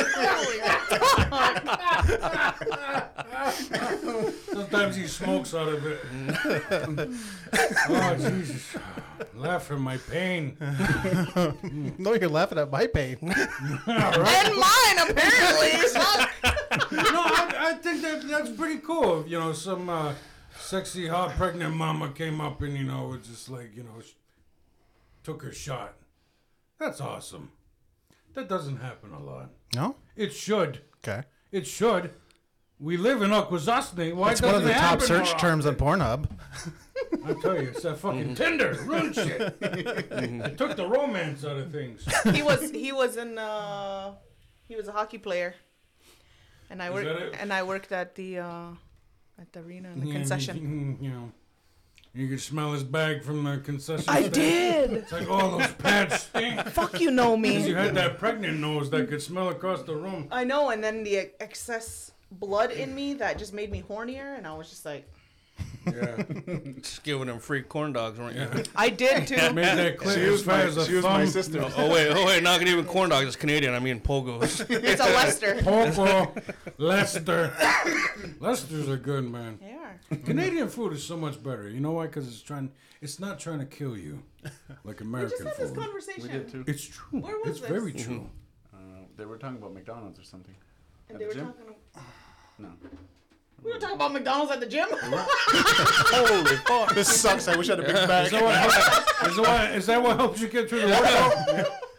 Sometimes he smokes out of it. oh Jesus! Laugh at my pain.
no, you're laughing at my pain.
and mine, apparently. Fuck.
no, I, I think that that's pretty cool. if, You know, some uh, sexy, hot, pregnant mama came up and you know was just like you know sh- took her shot. That's awesome. That doesn't happen a lot.
No?
It should.
Okay.
It should. We live in Akwesasne. Why
It's
doesn't
one of the
it
top
happen
search
more
terms on Pornhub.
often? I tell you, it's that fucking Tinder ruined shit. it took the romance out of things. Is
he was he was in uh he was a hockey player and i
Is that it?
worked and i worked at the uh at the arena in the concession
You know, you could smell his bag from the concession.
i
stand.
did
It's like all those pads stink.
fuck you know
Because you
me
had that pregnant nose that could smell across the room.
i know and then the excess blood in me that just made me hornier and i was just like
Yeah.
Just giving them free corn dogs, weren't you?
i did too
Made that clear.
She
as
was
far
my,
as a
she was my
thumb.
sister.
Oh wait, oh wait, not even corn dogs. It's Canadian. I mean pogos.
it's a lester
Poco, Lester. Lester's are good, man.
they are
Canadian food is so much better. You know why? Because it's trying. It's not trying to kill you, like
we just
American
had this
food.
conversation
We did too.
It's true.
Where was
it's very
this?
true.
Uh, they were talking about McDonald's or something.
and
At
they
the
were
gym? No.
talking we were talking about mcdonald's at the gym
Holy fuck!
This sucks. I wish I had a big bag.
Is that, what helps, is, that what, is that what helps you get through the workout?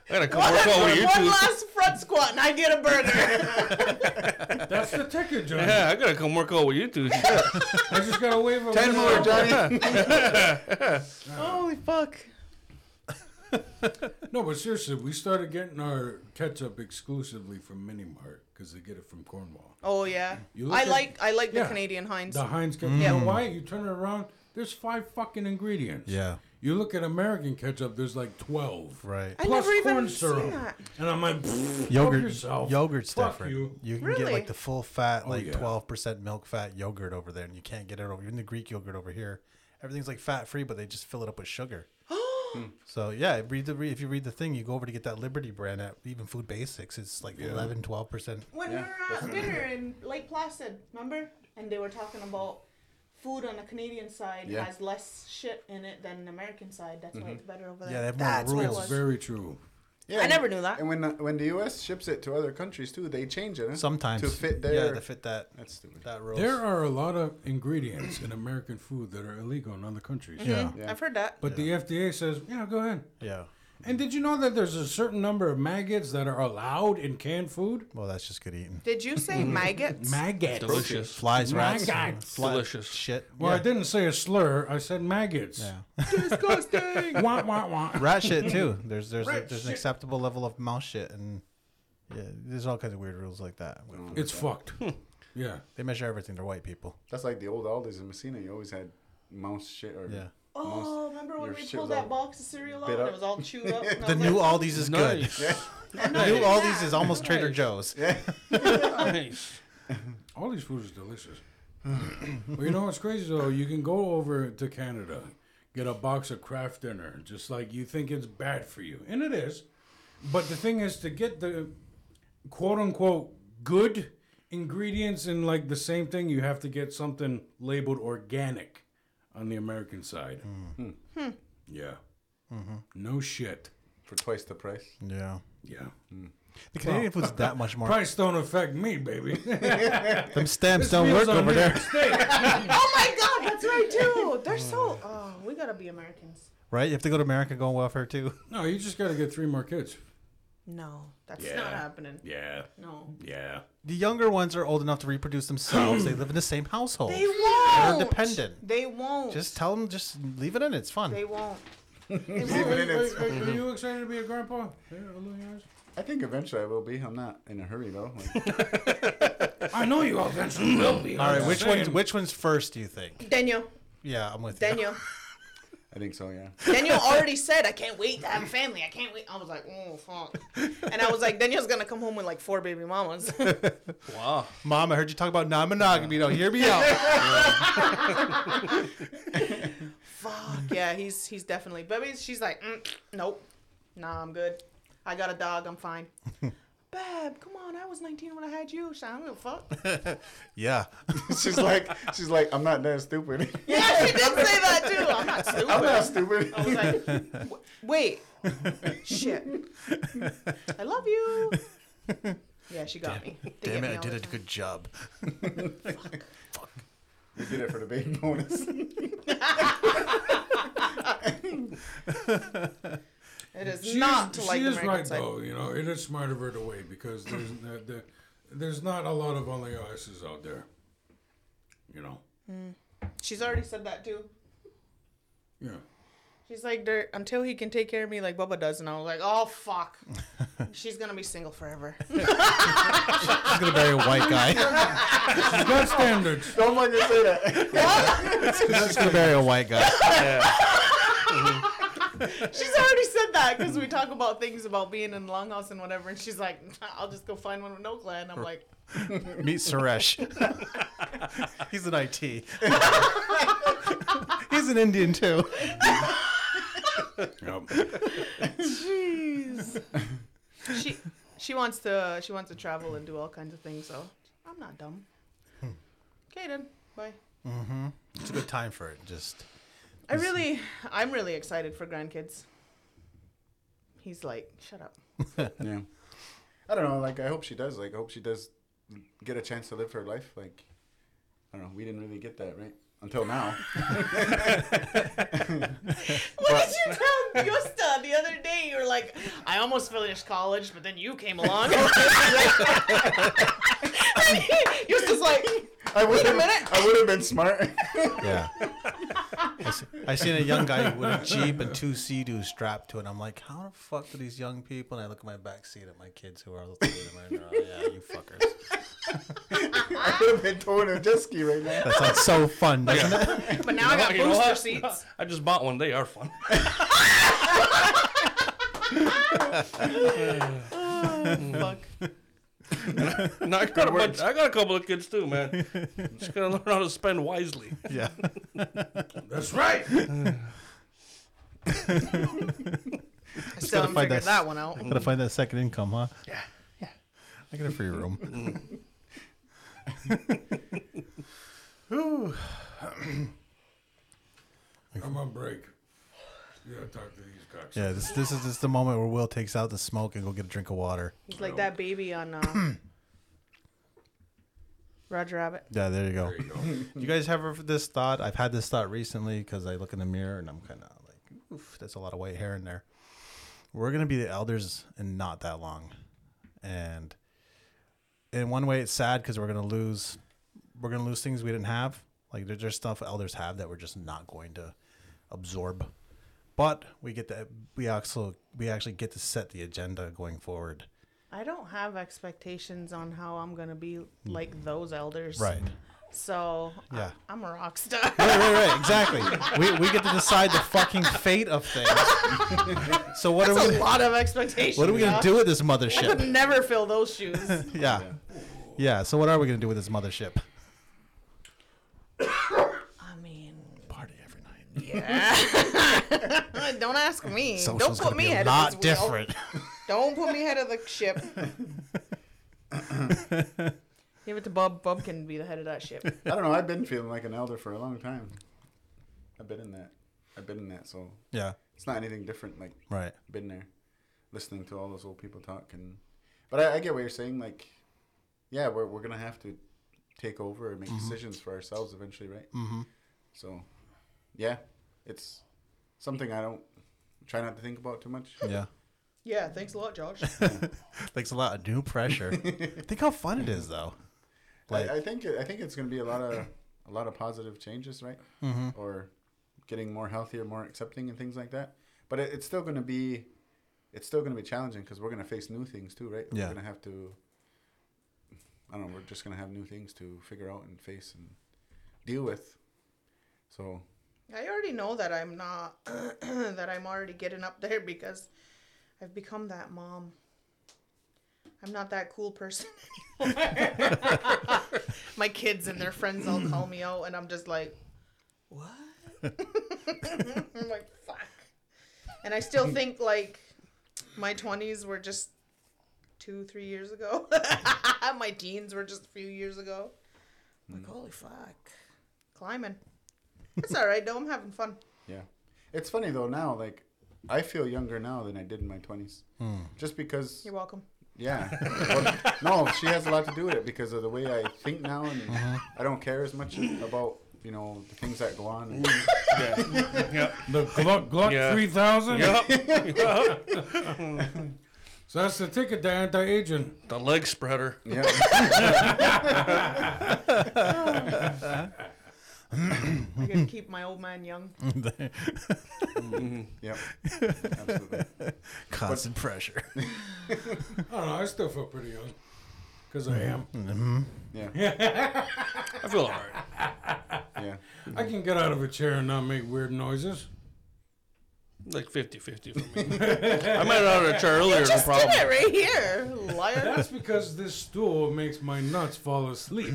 I gotta come work out with you
one
two.
last front squat and i get a burger
That's the ticket, Johnny.
Yeah, I gotta come work out with you two.
I just got to wave a
Ten more, Johnny.
holy fuck
No, but seriously, we started getting our ketchup exclusively from Mini Mart because they get it from Cornwall.
oh yeah
You look
i
at-
like i like
yeah.
the canadian heinz
The
Mm.
Heinz ketchup. Yeah. Why? You turn it around, there's five fucking ingredients.
Yeah.
You look at American ketchup, there's like 12.
Right.
I
Plus
never even
corn
seen
syrup.
that.
And I'm like, "Pfft, fuck
Yogurt,
yourself.
yogurt's
Fuck
different. You,
You.
can get
Really?
like the full fat, like
yeah.
twelve percent milk fat yogurt over there, and you can't get it over. Even the Greek yogurt over here, everything's like fat free, but they just fill it up with sugar. Hmm. so yeah, read the re- if you read the thing, you go over to get that Liberty brand at even Food Basics. It's like 11, 12 percent.
When we were at dinner in Lake Placid, remember? And they were talking about food on the Canadian side
Yeah.
has less shit in it than the American side. That's why it's better over there.
Yeah, they have more
That's what it
rules.
was.
Very true.
Yeah,
I never knew that.
And when when the U.S. ships it to other countries too, they change it huh?
Sometimes
to fit their.
yeah, to fit that
That's stupid.
that rules.
There are a lot of ingredients in American food that are illegal in other countries.
yeah,
Yeah.
Mm-hmm. I've heard that.
But the FDA says, yeah, go ahead.
yeah.
And did you know that there's a certain number of maggots that are allowed in canned food?
Well, that's just good eating.
Did you say maggots?
Maggots.
Delicious.
Flies, rats,
Maggots.
fly-
Delicious.
shit.
Well, I
yeah.
didn't say a slur. I said maggots.
Disgusting.
Wah, wah, wah.
rat shit too. There's there's a,
Rat
there's an
shit.
acceptable level of mouse shit and yeah, there's all kinds of weird rules like that. with food.
It's fucked.
Hmm.
Yeah.
They measure everything. They're white people.
That's like the old Aldi's in Messina. You always had mouse shit or
Yeah.
oh, remember when
your
we
shit
pulled
was
that
all
box of cereal out
bit
and
up.
it was all chewed up? and I
The
was
new
like,
Aldi's is good.
Nice.
The new
Yeah.
Aldi's is almost Trader
Nice.
Joe's.
nice.
All these foods are delicious. but you know what's crazy though? You can go over to Canada, get a box of Kraft dinner, just like you think it's bad for you, and it is. But the thing is to get the quote unquote good ingredients in like the same thing, you have to get something labeled organic on the American side.
Hmm.
Yeah.
Mm-hmm.
No shit.
for twice the price.
Yeah.
Yeah.
The Canadian food's that much more.
Price don't affect me, baby.
Them stamps don't work over there.
oh my god, that's right too. They're so. Oh, we gotta be Americans.
right? You have to go to America and go on welfare too.
No, you just got to get three more kids.
No, that's
Yeah.
not happening.
Yeah,
No.
yeah.
The younger ones are old enough to reproduce themselves. they live in the same household.
They won't.
dependent.
They won't.
just tell them, just leave it in. It's fun.
They won't.
Are,
Even in it's-
are-
Mm-hmm.
are you excited to be a grandpa? Yeah, a little yours?
I think eventually I will be. I'm not in a hurry though. Like,
I know you eventually will be.
All right, which one's which one's first? Do you think?
Daniel.
Yeah, I'm with you.
Daniel.
I think so, yeah.
Daniel already said, I can't wait to have a family. I can't wait. I was like, oh, fuck. And I was like, Daniel's going to come home with like four baby mamas.
Wow.
Mom, I heard you talk about non-monogamy. Now hear me out.
fuck. Yeah, he's he's definitely. Baby, she's like, mm, nope. Nah, I'm good. I got a dog. I'm fine. Babe, come on. I was 19 when I had you. So I don't give a fuck.
yeah,
she's like, she's like, I'm not that stupid.
Yeah, she did say that too. I'm not stupid.
I'm not stupid.
I was like, "W- wait, shit. I love you. Yeah, she got me. They get
damn
me
it, I
all
did
the
a
time.
good job.
we did it for the baby bonus.
It is
She
not
is,
like
she
the
is
American
right
side.
though. You know, it is smart of her to wait because there's the, the, there's not a lot of LAIs out there. You know.
She's already said that too.
Yeah.
She's like, "There- until he can take care of me like Bubba does, and I was like, oh fuck, she's gonna be single forever.
She's gonna marry a white guy.
She's got standards.
Don't fucking say that.
She's gonna marry a white guy.
she's already said that because we talk about things about being in the longhouse and whatever, and she's like, I'll just go find one with no clan. I'm like,
Meet Suresh. He's an IT. He's an Indian too.
Yep.
Jeez. she she wants to she wants to travel and do all kinds of things. So I'm not dumb.
Hmm.
Okay then, bye.
It's a good time for it. Just
I really I'm really excited for grandkids. He's like, shut up.
Yeah. I don't know. Like, I hope she does. Like, I hope she does get a chance to live her life. Like, I don't know. We didn't really get that, right? Until now.
What did you tell Gusta the other day? You were like, I almost finished college, but then you came along. Gusta's like,
I would
a minute.
I would have been smart.
yeah. I, see, I seen a young guy with a jeep and two Sea-Doos strapped to it. I'm like, how the fuck do these young people? And I look at my back seat at my kids who are all the way around. they're all, "Oh, Yeah, you fuckers.
I would have been towing a jet ski right now.
That sounds so fun, doesn't it?
but now I got
You know
booster
what?
seats.
I just bought one. They are fun.
Fuck.
And I got a bunch, I got a couple of kids too, man. Just gotta learn how to spend wisely.
Yeah.
That's right.
I still haven't
find
figured
that-
that one out.
Gotta find that second income, huh? Yeah. Yeah. I get a free room.
I'm on break. You gotta talk to these guys.
Yeah, this this is just the moment where Will takes out the smoke and go get a drink of water.
He's like that baby on uh, Roger Rabbit.
Yeah, there you go.
There you go.
Do you guys have ever- this thought? I've had this thought recently because I look in the mirror and I'm kind of like, oof, that's a lot of white hair in there. We're going to be the elders in not that long. And in one way, it's sad because we're going to lose, we're going to lose things we didn't have. Like there- there's stuff elders have that we're just not going to absorb. But we get that we also we actually get to set the agenda going forward.
I don't have expectations on how I'm gonna be
Mm.
like those elders. So
Yeah.
I, am a rock star.
Right, right, right. Exactly. We, we get to decide the fucking fate of things. So what
That's
are we?
a lot of expectations.
What are we gonna
huh?
do with this
I could
mothership?
never fill those shoes.
Yeah, yeah. So what are we gonna do with this mothership?
I mean,
Party every night.
don't ask me.
Social's
don't
gonna
put me
be a
head
lot
of this wheel.
different.
Don't put me head of the ship. Give it to Bub. Bub can be the head of that ship.
I don't know. I've been feeling like an elder for a long time. I've been in that. I've been in that. So
Yeah.
it's not anything different. Like
Right.
been there, listening to all those old people talk and. But I, I get what you're saying. Like, yeah, we're we're gonna have to take over and make decisions for ourselves eventually, right? Mm-hmm. So, yeah, it's something I don't try not to think about too much.
Yeah.
Yeah, thanks a lot, Josh.
Thanks a lot. New pressure. Think how fun it is, though. Like,
I, I think I think it's going to be a lot of a lot of positive changes, right?
Mm-hmm.
Or getting more healthier, more accepting, and things like that. But it, it's still going to be it's still going to be challenging because we're going to face new things too, right?
Yeah.
We're going to have to. I don't know. We're just going to have new things to figure out and face and deal with. So
I already know that I'm not that I'm already getting up there because I've become that mom. I'm not that cool person anymore. My kids and their friends all call me out, and I'm just like, what? I'm like, fuck. And I still think like my 20s were just two, three years ago. My teens were just a few years ago. I'm like, holy fuck. Climbing. It's all right though. I'm having fun.
Yeah. It's funny though now, like I feel younger now than I did in my twenties.
Hmm.
Just because
You're welcome.
yeah. Well, no, she has a lot to do with it because of the way I think now and I don't care as much about, you know, the things that go on.
Yeah.
The Gluck Gluck
Yeah.
3000.
Yep.
So that's the ticket to anti aging.
the leg spreader.
yeah.
I gotta keep my old man young.
Yep. Absolutely.
constant pressure.
I don't know. I still feel pretty young. Because
Mm-hmm.
I am.
Yeah.
I feel all right.
Yeah.
I can get out of a chair and not make weird noises.
Like 50 50 for me. I might have out of the chair earlier, no problem.
Did it right here, liar.
That's because this stool makes my nuts fall asleep.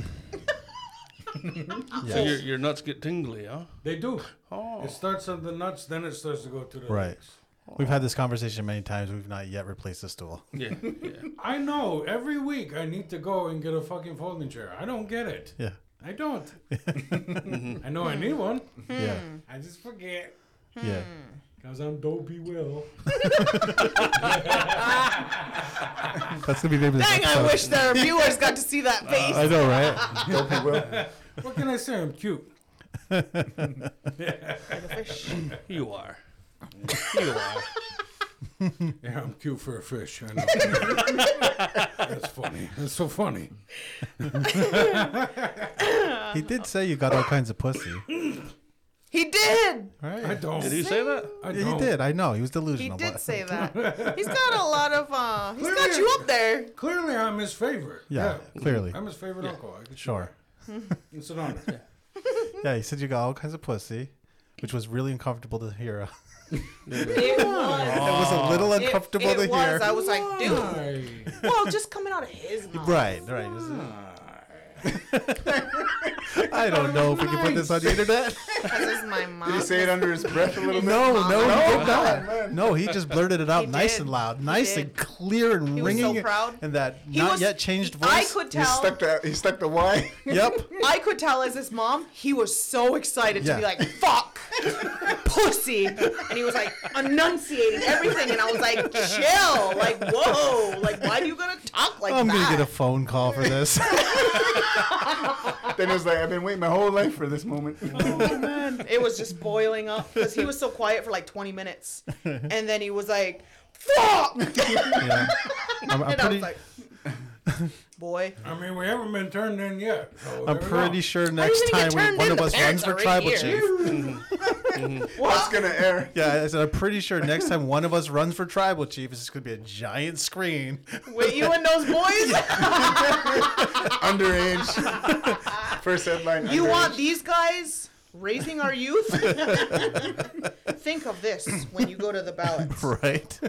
So your, your nuts get tingly, huh?
They do.
Oh.
It starts on the nuts, then it starts to go to the
Right.
legs.
We've had this conversation many times. We've not yet replaced the stool.
Yeah. yeah.
I know. Every week I need to go and get a fucking folding chair. I don't get it.
Yeah.
I don't. I know I need one.
Yeah.
I just forget.
Hmm,
Yeah.
Because I'm dopey Will.
That's gonna be maybe the
Dang,
next
I
time.
wish the viewers got to see that face.
I know, right?
Dopey will.
What can I say? I'm cute.
Like a fish.
You are. You are.
Yeah, I'm cute for a fish. I know. That's funny. That's so funny.
He did say you got all kinds of pussy.
He did.
I
Right?
don't.
Did he say that?
I
Yeah,
don't.
he did. I know. He was
He
delusional.
did
but-
say that. He's got a lot of. uh He's got you up there.
Clearly, I'm his favorite.
Yeah, clearly.
I'm his favorite uncle. I could
Sure.
It's an honor.
Yeah, he said you got all kinds of pussy, which was really uncomfortable to hear.
It was.
it was a little
It,
uncomfortable
it
to
was.
hear.
I was like, dude.
Why?
Well, just coming out of his mouth.
Right, right. This is- I don't know if we can put this on the internet.
Because it's my mom.
Did he say it under his breath a little bit?
No, no, he did
man,
not.
man.
No, he just blurted it out
He
nice
did.
and loud,
He
nice
did.
and clear and
He was
ringing.
so proud.
And that
He
not
was-
yet changed voice.
I could
He
tell.
stuck the he stuck the Y.
Yep.
I could tell as his mom, he was so excited to be
Yeah.
like, fuck, pussy. And he was like enunciating everything. And I was like, chill. Like, whoa. Like, why do you going to talk like
I'm
that?
gonna get a phone call for this.
then it was like I've been waiting my whole life for this moment.
Oh. It was just boiling up because he was so quiet for like 20 minutes. And then he was like, fuck.
yeah. I'm, I'm
and I was
pretty,
like, boy.
I mean, we haven't been turned in yet. so
I'm
there we
pretty
go.
sure next
even
time
get
we,
turned
one
in,
of
the
us runs
parents
for
are in
tribal
here.
chief.
What's gonna air?
Yeah, I said, I'm pretty sure next time one of us runs for tribal chief, it's just gonna be a giant screen.
With you and those boys?
Underage. First headline.
You
underage.
want these guys raising our youth? Think of this when you go to the ballots.
Right?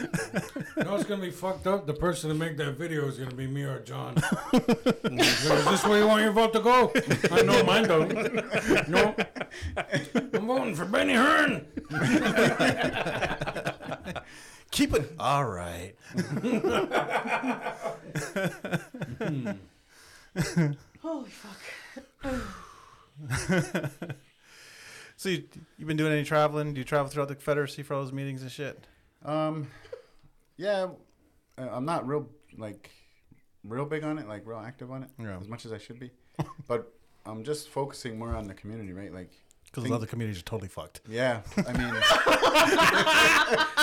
You know it's gonna be fucked up. The person to make that video is gonna be me or John. He's like, is this where you want your vote to go? I know mine don't. No, I'm voting for Benny Hearn.
Keep it. All right.
Holy fuck.
So you, you've been doing any traveling? Do you travel throughout the Confederacy for all those meetings and shit?
Um, yeah, uh, I'm not real like real big on it, like real active on it
Yeah.
as much as I should be, but I'm just focusing more on the community, right? Like
Because a lot of the communities are totally fucked.
Yeah, I mean,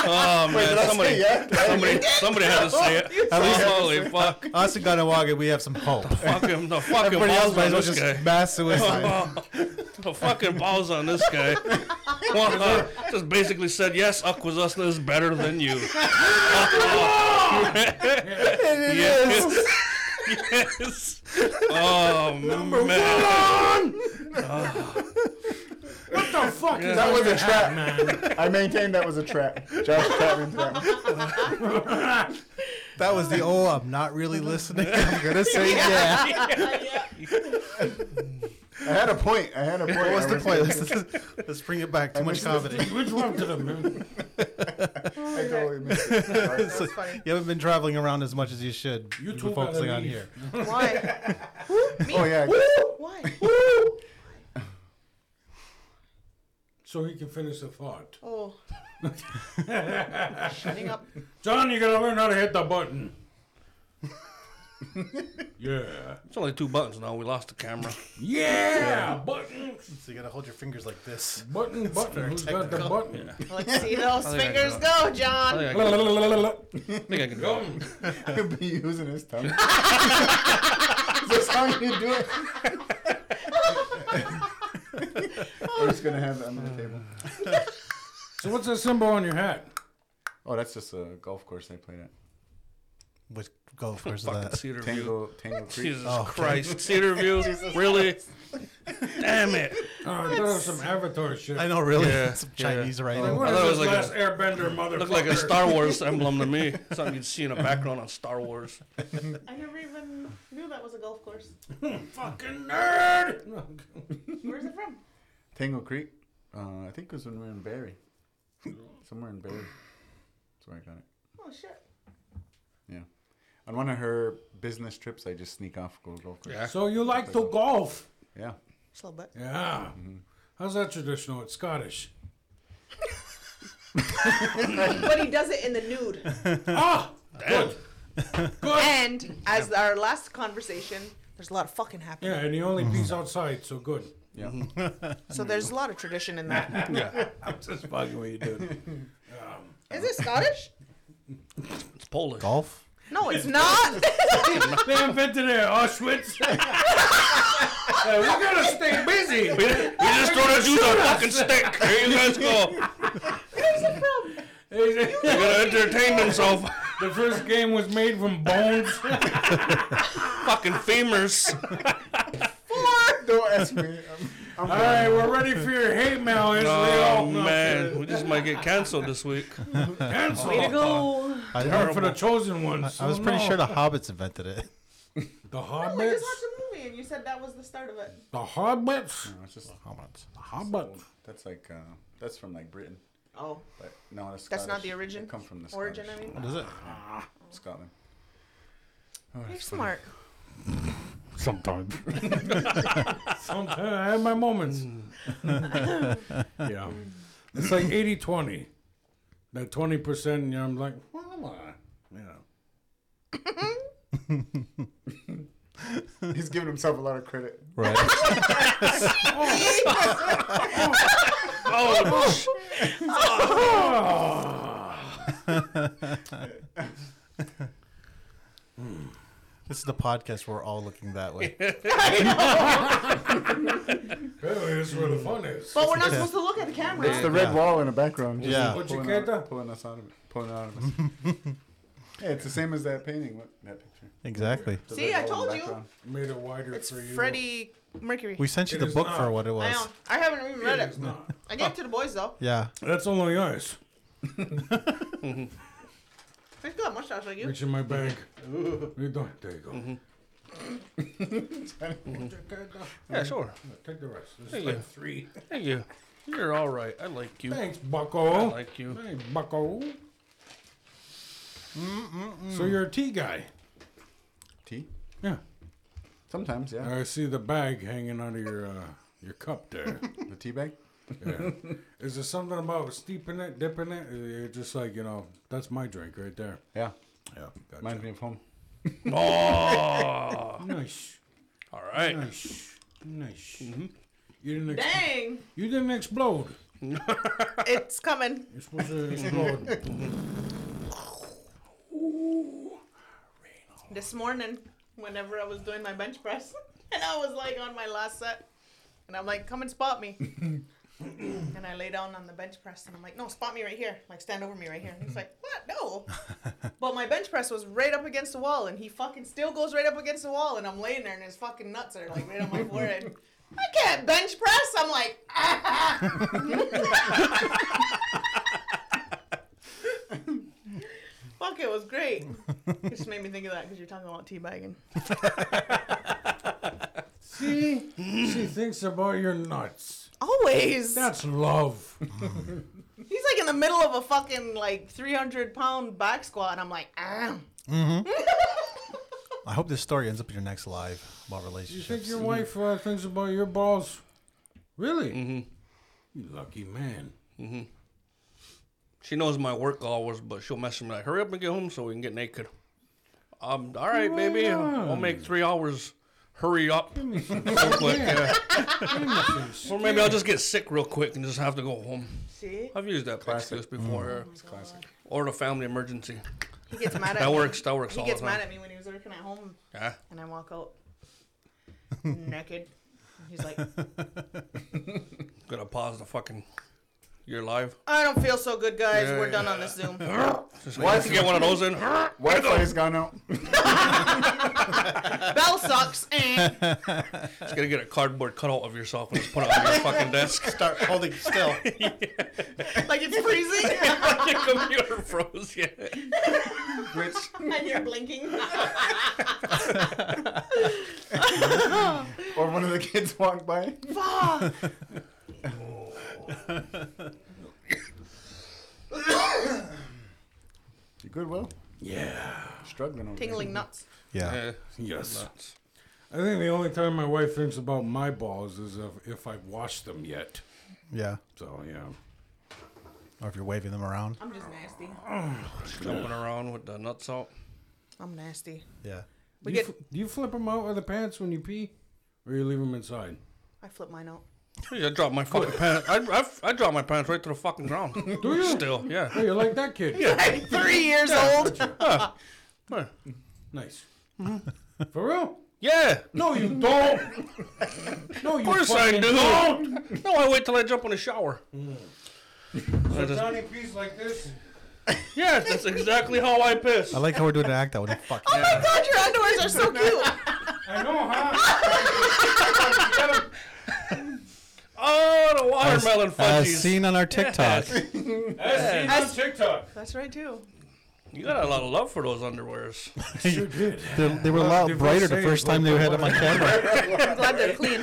Oh man,
did I say
somebody,
yeah?
somebody, somebody had to say it.
At least-
Holy fuck!
Us in Ganawaga, we have some hope.
Fuck him! The fucking
Everybody else
balls
might
on
as well just
this guy.
mass suicide.
Oh, the fucking balls on this guy. Well, uh, just basically said yes. Aquasasna is better than you. yes. Yes. Oh man.
What the fuck is
that was a trap.
man?
I maintain that was a trap. Josh trapped me into that. one.
That was the oh, I'm not really listening. I'm gonna say yeah.
I had a point. I had a point.
What was
I
the
was-
point? Let's, let's bring it back. Too much comedy.
Which one to the moon?
I totally missed it. Sorry.
That's funny.
You haven't been traveling around as much as you should.
You
You're
two gotta
focusing on
leave.
here.
Why?
Oh yeah.
Why?
So he can finish the thought.
Oh. Shutting up.
John, you gotta learn how to hit the button. yeah.
It's only two buttons now. We lost the camera.
Yeah! Button!
So you gotta hold your fingers like this.
Button, button. Who's got the button?
Let's see those
think I
fingers
got
go,
I
John.
think I
La,
can,
la, la, la, la, la.
I think I can go.
Gum.
He'll be using his tongue. That's how you do it. We're just gonna have that under the table.
So what's that symbol on your hat?
Oh, that's just a golf course I played at.
Which golf course is
Fucking
that?
Cedar View.
Tango, Tango Creek.
Jesus
Oh, okay.
Christ, Cedar View. really? Damn it!
Oh, I thought it was some Avatar shit.
I know, really.
Yeah,
Some
yeah.
Chinese
Like,
writing.
what
I
is
thought it
this
was like
last airbender motherfucker?
Looked like a Star Wars emblem to me. Something you'd see in a background on Star Wars.
I never even knew that was a golf course.
Fucking nerd!
Where's it from?
Tango Creek. Uh, I think it was when we were in Barry. Somewhere in Barry. That's where I got it.
Oh shit.
Yeah. On one of her business trips, I just sneak off go golf course.
Yeah.
So you like to golf?
Yeah.
Just a little bit.
Yeah. How's that traditional? It's Scottish.
But he does it in the nude.
ah! Good. Good.
And as our last conversation, there's a lot of fucking happening.
Yeah, and he only pees outside, so good.
Yeah.
So there's a lot of tradition in that.
I'm just fucking with you, dude.
Is it Scottish?
It's Polish.
Golf?
No, it's not.
they invented it, Auschwitz. Hey, we gotta stay busy.
We, we just throw this you the fucking stick. Here you guys go.
Where's it from?
They're gonna entertain themselves.
the first game was made from bones.
fucking femurs.
Don't ask me. I'm,
All
I'm
right, we're ready for your hate mail,
Oh
Israel.
man, we just might get canceled this week.
Cancel.
Way to go.
I,
Not for the chosen ones.
I was
Oh,
pretty
no.
sure the Hobbits invented it.
The
No, Oh, I
Hobbits.
just watched a movie and you said that was the start of it.
The Hobbits.
it's just,
Hobbits.
Hobbits.
that's like, uh, that's from like Britain.
Oh,
But no, that's,
that's not
Scottish.
the origin.
They come from the Scottish.
origin. I mean,
What is it?
Scotland.
you're smart.
Sometimes. Sometimes I have my moments. yeah. It's like 80 20. That 20%, you know, I'm like, well, come on. You know.
He's giving himself a lot of credit.
Right.
Oh, sh-
this is the podcast where we're all looking that way.
Apparently, that's where the fun is.
But we're not supposed to look at the camera.
It's the red wall in the background. just
Yeah.
What you
Pulling,
get
out-
though?
pulling us out of it. Pulling out of us. hey, it's the same as that painting. What, that picture.
Exactly.
The
See,
red
I
wall in
told
the
you.
background.
Made it wider
It's
for you.
Freddie Mercury.
We sent you
It
the
is
book
not.
for what it
I
was.
know. I haven't even read
It's
it.
not.
I gave it to the boys though.
Yeah.
That's only us.
He's got a mustache like you.
Reach in my
Mm-hmm.
bag. You don't. There you go. Mm-hmm.
yeah, sure.
Take the rest. There's
There you
like
go.
three.
Thank you. You're all right. I like you.
Thanks,
I
Bucko.
like you.
Hey, Bucko. So you're a tea guy.
Tea?
Yeah.
Sometimes, yeah.
I see the bag hanging out of your uh, your cup there.
The tea bag?
Yeah. Is there something about steeping it, dipping it? Uh, You're just like, you know, that's my drink right there.
Yeah.
Yeah. Gotcha.
Reminds me of home.
Oh,
Nice. Mm-hmm.
all right.
Nice. Nice. You didn't. Ex-
Dang,
you didn't explode.
it's coming.
You're supposed to explode.
This morning, whenever I was doing my bench press, and I was like on my last set, and I'm like, come and spot me. and I lay down on the bench press, and I'm like, no, spot me right here. Like, stand over me right here. And he's like, what? No. but my bench press was right up against the wall, and he fucking still goes right up against the wall, and I'm laying there, and his fucking nuts are like right on my forehead. I can't bench press. I'm like, Fuck, it was great. It just made me think of that because you're talking about teabagging.
See, she thinks about your nuts.
Always.
That's love.
He's like in the middle of a fucking like 300 pound back squat, and I'm like, ah.
I hope this story ends up in your next live about
You
relationships.
think your wife uh, thinks about your balls? Really? You lucky man.
She knows my work hours, but she'll message me like, "Hurry up and get home so we can get naked." Um, all right, baby, I'll make three hours. Hurry up,
Give me some
real quick. Yeah.
give me some s-
Or maybe I'll just get sick real quick and just have to go home.
See?
I've used that excuse before. yeah.
Classic.
Or a family emergency.
He gets mad at
That
me.
works. That works.
He
all
gets
the
mad
time.
at me when he was working at home,
Yeah.
and I walk out naked. He's like,
Gonna pause the fucking. You're live.
I don't feel so good, guys. We're done on this Zoom.
Just like, to get one of those in.
Wi-Fi's gone out.
Bell sucks. Eh.
Just gonna get a cardboard cutout of yourself and just put it on your fucking desk.
Start holding still.
like it's freezing,
your computer froze. Yeah.
Which
and you're blinking.
or one of the kids walked by.
Fuck.
You good, Will?
Yeah.
Struggling over
Tingling nuts.
Yeah.
Yeah.
Yes. I think the only time my wife thinks about my balls is if, if I've washed them yet.
Yeah.
So, yeah.
Or if you're waving them around.
I'm just nasty.
Jumping around with the nuts out.
I'm nasty.
Yeah.
We
do, you
get.
fl- do you flip them out of the pants when you pee? Or you leave them inside?
I flip mine out.
Jeez, I dropped my fucking pants. I, I, I dropped my pants right to the fucking ground.
Do you?
Still, yeah.
Oh, you're like that kid.
I'm three years old.
Yeah.
Nice.
Mm-hmm.
For real?
Yeah.
No, you don't. No, you
Of course I
fucking don't. Mm.
do. No, I wait till I jump in the shower. I just-
Johnny P's like this.
yeah, that's exactly how I piss.
I like how we're doing an act out. Fuck.
Oh my god, your underwears are so cute.
I know, huh?
Oh, the
As-
watermelon
As
fudgies.
seen on our TikTok.
As seen on TikTok.
That's right too.
You got a lot of love for those underwears.
Sure did.
They, they were a lot
Different
brighter the
shades,
first
like
time they
the
had them on camera.
I'm glad they're clean.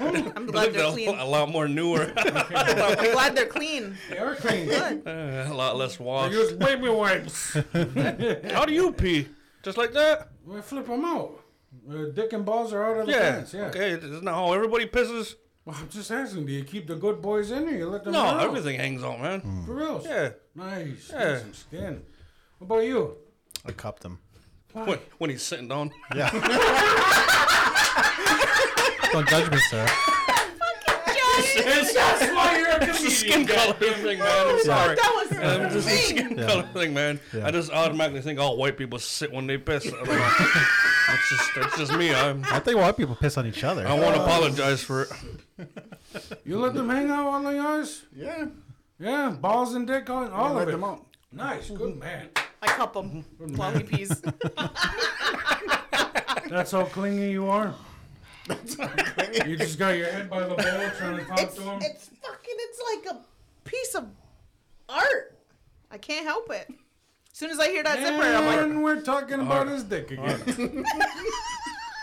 I'm
I
glad
think
they're
they're
clean.
a lot more newer,
I'm glad they're clean.
They are clean.
a lot less washed.
Use baby wipes.
How do you pee? Just like that?
We flip them out. Uh, dick and balls are out of the
Yeah.
pants. Yeah.
Okay, isn't that how everybody pisses?
Well, I'm just asking. Do you keep the good boys in, or you let them?
No,
out?
everything hangs on, man.
For real.
Yeah.
Nice.
Yeah.
Nice and skin. What about you?
I cupped them.
When, when he's sitting down.
Don't judge me, sir.
It's
That's why you're a
the skin
comedian.
color thing, man. I'm sorry.
That was
I'm just a skin color thing, man.
Yeah.
I just automatically think all white people sit when they piss. I don't know. that's just that's just me. I'm,
I think white people piss on each other.
I won't apologize for it.
You let them hang out on the ice?
Yeah.
Yeah, balls and dick on all
Let
of it.
them out.
Nice, good man.
I cup him while he pees.
That's how clingy you are. you just got your head by the bowl trying to talk
It's
to him.
it's fucking it's like a piece of art. I can't help it. As soon as I hear that zipper, I'm like,
And we're talking about his dick again.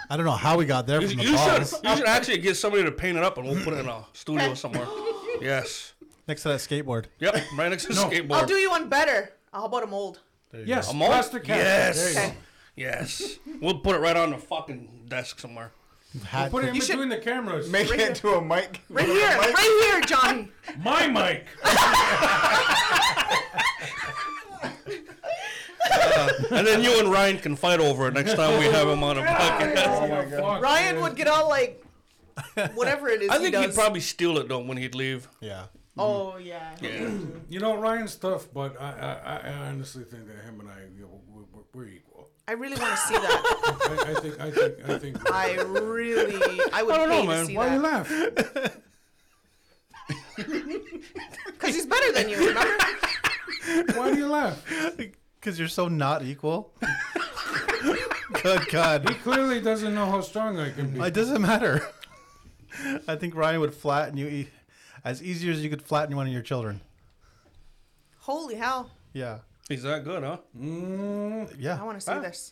I don't know how we got there
You,
from the
you should
balls.
you should actually get somebody to paint it up, and we'll put it in a studio somewhere. Yes.
Next to that skateboard.
Yep. Right next to the skateboard.
I'll do you one better. Oh, How about a mold?
Yes,
A mold?
plastic hat.
Yes.
There you
Okay.
Yes. We'll put it right on the fucking desk somewhere.
go.
Hat.
Put it in
You should-
between the cameras.
Make it to a mic.
Right here, right here, Johnny.
My mic.
Oh And then you and Ryan can fight over it next time we have him on a podcast.
Oh my God.
Ryan would get all like whatever it is
I
he
think
does.
he'd probably steal it though when he'd leave.
Yeah.
oh yeah.
Yeah.
You know Ryan's tough, but I I, I- I honestly think that him and I you know, we're, we're- we're equal.
I really want to see that.
I, I think I think I think.
I really, I would
don't know,
pay to
man.
see
Why you
that
laugh?
because he's better than you. Remember?
Why do you laugh?
Because you're so not equal. Good God.
He clearly doesn't know how strong I can be.
It doesn't matter. I think Ryan would flatten you e- as easy as you could flatten one of your children.
Holy hell!
Yeah.
He's that good, huh?
Mm,
I
Yeah.
want to see
Ah.
this.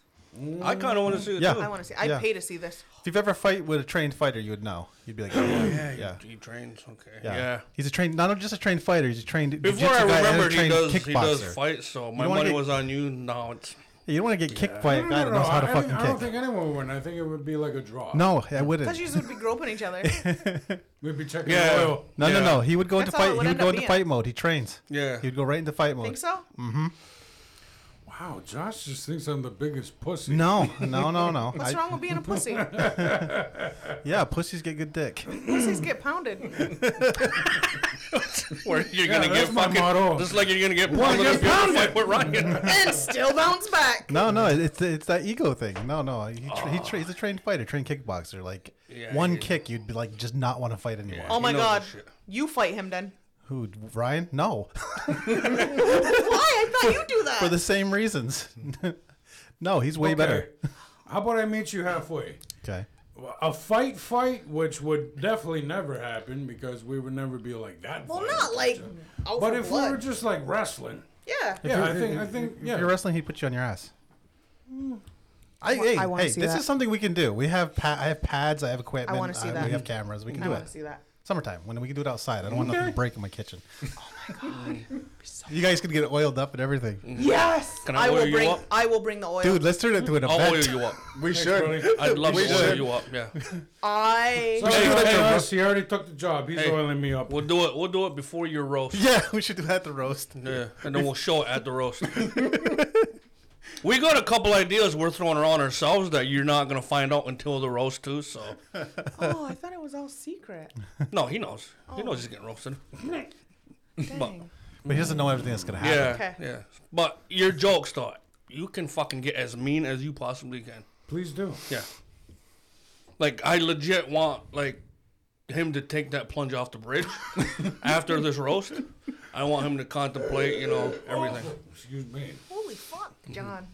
I kind of want to see it
Yeah.
too.
I want to see. I'd
Yeah.
pay to see this.
If you've ever fight with a trained fighter, you would know. You'd be like, oh, yeah.
Yeah,
Yeah.
He, he trains. Okay.
Yeah.
Yeah.
He's a trained, not just a trained fighter, he's a trained
Before
jujitsu
I
guy and a
remembered, he
trained
does he does
kickboxer.
fight. So my
You wanna
money
get-
was on you. Now it's
You don't want to get kicked by
no, no,
a
no,
guy that
no.
knows how to
I,
fucking
I don't
kick.
think anyone would. I think it would be like a draw.
no, I wouldn't.
Because you just would be groping each other.
we'd be checking
yeah.
oil.
No,
yeah.
no, no. He would go into
That's all
fight.
it would
He would
end
go
up
into
being.
fight mode. He trains.
Yeah.
He'd go right into fight mode.
Think so?
Wow, Josh just thinks I'm the biggest pussy.
No, no, no, no.
What's
I-
wrong with being a pussy?
Yeah, pussies get good dick.
Pussies get pounded.
Where you're
Yeah,
gonna
that's
get
my
fucking
motto.
just like you're gonna get
Wanna
pounded
get
if you ever
pounded.
fight with Ryan.
and still bounce back.
No, no, it's it's that ego thing. No, no, he, tra- he tra- he's a trained fighter, trained kickboxer. Like
Yeah,
one
he-
kick, you'd be like, just not want to fight anymore.
Oh
He
my
knows
god.
his shit.
You fight him then.
Who, Ryan? No,
Why? I thought you do that.
for the same reasons. no, he's way better.
How about I meet you halfway?
Okay.
A fight, fight, which would definitely never happen because we would never be like that.
well,
violent.
not like. Out
But
for
if we
blood.
were just like wrestling,
yeah.
yeah, I think I think
If you're
yeah.
wrestling, he'd put you on your ass. I, hey,
Mm. I wanna
hey,
see
this is
that.
something we can do. We have pa- I have pads. I have equipment.
wanna see that.
We have cameras. We can
I
do
want to
it.
see that.
Summertime when we can do it outside. I don't want nothing to break in my kitchen. Oh my god. you guys can get oiled up and everything.
Yes.
Can I
I,
oil
will
you
bring.
up?
I will bring the oil.
Dude, let's turn it into an
I'll
event.
oil you up.
We
buddy.
should.
I'd love
We
to oil
should.
you up. Yeah.
I.
Sorry,
Hey,
about
hey,
Russ, he already took the job. He's
Hey.
oiling me up.
We'll do it. We'll do it before your roast.
Yeah, we should do that at the roast.
Yeah, and then we'll show it at the roast. we got a couple ideas we're throwing around ourselves that you're not gonna find out until the roast too. So,
Oh, I thought it was all secret.
no, he knows. He knows he's getting roasted.
Dang.
But he doesn't know everything that's gonna happen.
Yeah,
Okay.
yeah. But your jokes, though, you can fucking get as mean as you possibly can.
Please do.
Yeah. Like I legit want like him to take that plunge off the bridge after this roast. I want him to contemplate, you know, everything.
Oh. Excuse me.
Holy fuck, John.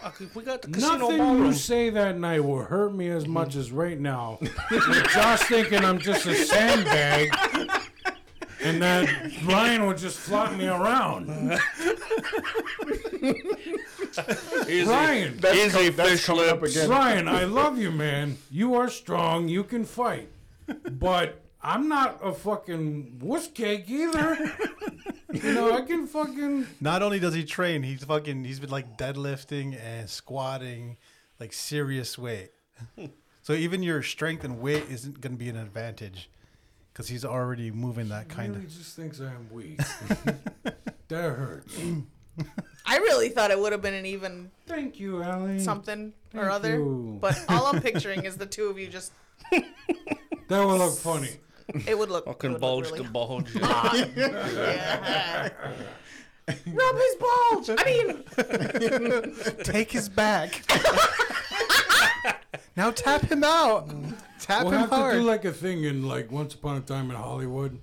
Fuck, if we got the casino
Nothing you
ballroom.
say that night will hurt me as much as right now. With Josh thinking I'm just a sandbag, and that Ryan would just flop me around.
Easy,
Ryan,
That's
easy
com- that's
fish
coming up
lips.
again.
Ryan, I love you, man. You are strong. You can fight, but I'm not a fucking wuss cake either. You know, I can fucking.
Not only does he train, he's fucking he's been like deadlifting and squatting, like serious weight. so even your strength and weight isn't gonna be an advantage. Because he's already moving that kind
Really,
of.
just thinks I am weak. that hurts.
I really thought it would have been an even
Thank you, Allie.
something or
Thank
other.
you.
But all I'm picturing is the two of you just.
That will look funny.
It would look. it
Fucking
would
bulge
look
to
really
bulge.
Yeah. Rub his bulge. I mean,
Take his back. now tap him out.
Mm.
Tap
We'll
him
have
hard.
to do like a thing in like Once Upon a Time in Hollywood,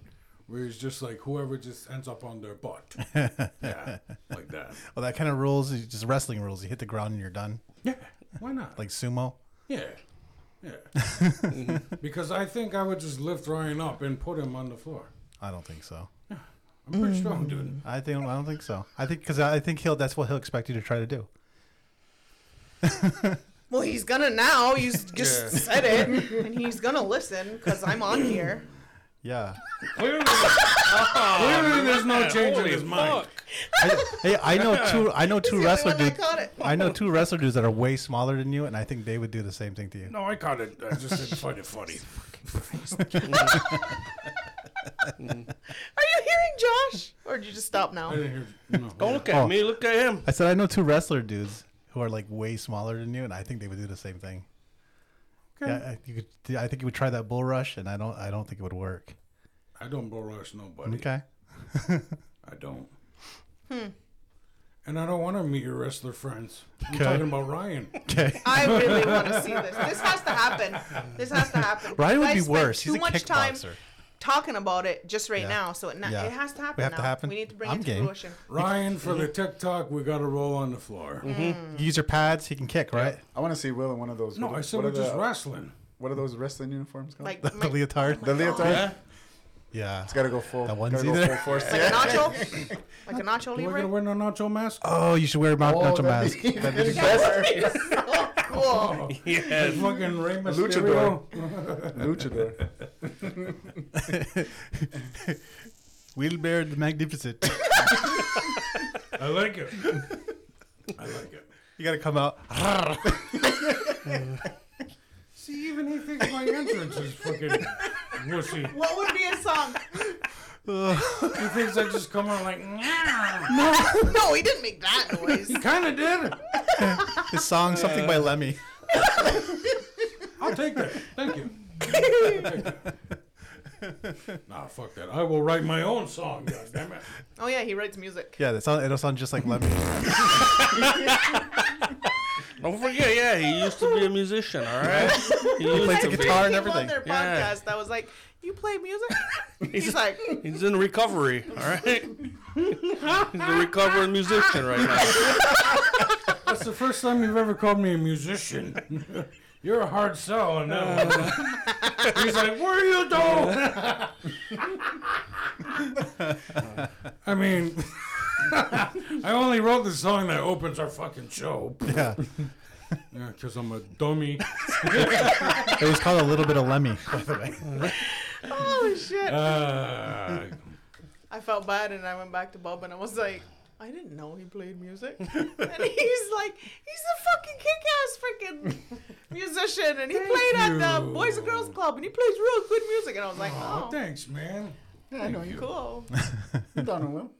where it's just like whoever just ends up on their butt. yeah, like that.
well, Oh, that kind of rules. is Just wrestling rules. You hit the ground and you're done.
Yeah, why not?
Like sumo.
yeah, yeah. because I think I would just lift Ryan up and put him on the floor.
I don't think so.
I'm pretty strong, dude.
I think I don't think so. I think because I think he'll that's what he'll expect you to try to do.
well, he's gonna now. You s- just
Yeah.
said it, and he's gonna listen because I'm on here.
Yeah.
Clearly, clearly there's no change in
Holy
his mind.
fuck.
I, hey, I know two. I know
He's
two
the only
wrestler
one that
dudes.
caught it.
I know two wrestler dudes that are way smaller than you, and I think they would do the same thing to you.
No, I caught it. I just didn't find it funny.
Are you hearing Josh, or did you just stop now?
I didn't hear. No,
Don't look at
Oh.
me. Look at him.
I said I know two wrestler dudes who are like way smaller than you, and I think they would do the same thing. Yeah, I, you could, I think you would try that bull rush, and I don't. I don't think it would work.
I don't bull rush nobody.
Okay.
I don't. And I don't want to meet your wrestler friends. I'm talking about Ryan.
Okay.
I really want to see this. This has to happen. This has to happen.
Ryan
You
would be
guys spent
worse.
Too
He's a
much time
kickboxer.
talking about it just right
Yeah.
now, so it, na-
Yeah.
it has to happen.
We have to
now.
happen.
We need to bring
I'm
it to
game.
fruition.
Ryan, for the TikTok, we got to roll on the floor.
Mm.
You use your pads. He can kick, right?
I want to see Will in one of those.
No,
what,
I
are-
said
what
we're
are
just
the-
wrestling.
What are those wrestling uniforms called?
Like
The,
my-
leotard.
the leotard.
Yeah.
yeah.
It's gotta go full.
That onesie
gotta go
there?
Full force.
like a nacho, like a nacho
Am I going to
libre.
wear no nacho mask?
Oh, you should wear a mount-
Oh,
nacho
that'd
mask.
be-
That'd be-
So Oh, cool.
Like fucking Rey Mysterio.
Luchador. Luchador.
Wilbur the Magnificent.
I like it. I like it.
You gotta come out.
See, even he thinks my entrance is fucking wussy.
What would be a song?
He thinks I just come out like, nah.
No, he didn't make that noise.
He kind of did.
His song, something by Lemmy.
I'll take that. Thank you. I'll take that. nah, fuck that. I will write my own song. God damn it.
Oh yeah, he writes music.
Yeah, that sound, it'll sound just like Lemmy.
Don't forget, yeah, he used to be a musician, all right? He
plays
used
the guitar.
to be.
and
He came
everything.
On their
Yeah.
podcast, I was like, "You play music?" He's like,
He's in recovery, all right? He's a recovering musician right now.
That's the first time you've ever called me a musician. You're a hard sell on that one. He's like, what are you doing? I mean, I only wrote the song that opens our fucking show.
Yeah.
Yeah, because I'm a dummy.
It was called A Little Bit of Lemmy, by the way.
"Oh shit!"
Uh,
I felt bad, and I went back to Bob, and I was like, "I didn't know he played music." and he's like, "He's a fucking kick-ass freaking musician, and he played at the
you.
Boys and Girls Club, and he plays real good music." And I was like,
oh,
"Oh,
thanks, man.
Yeah, I know you.
cool."
Donna Will.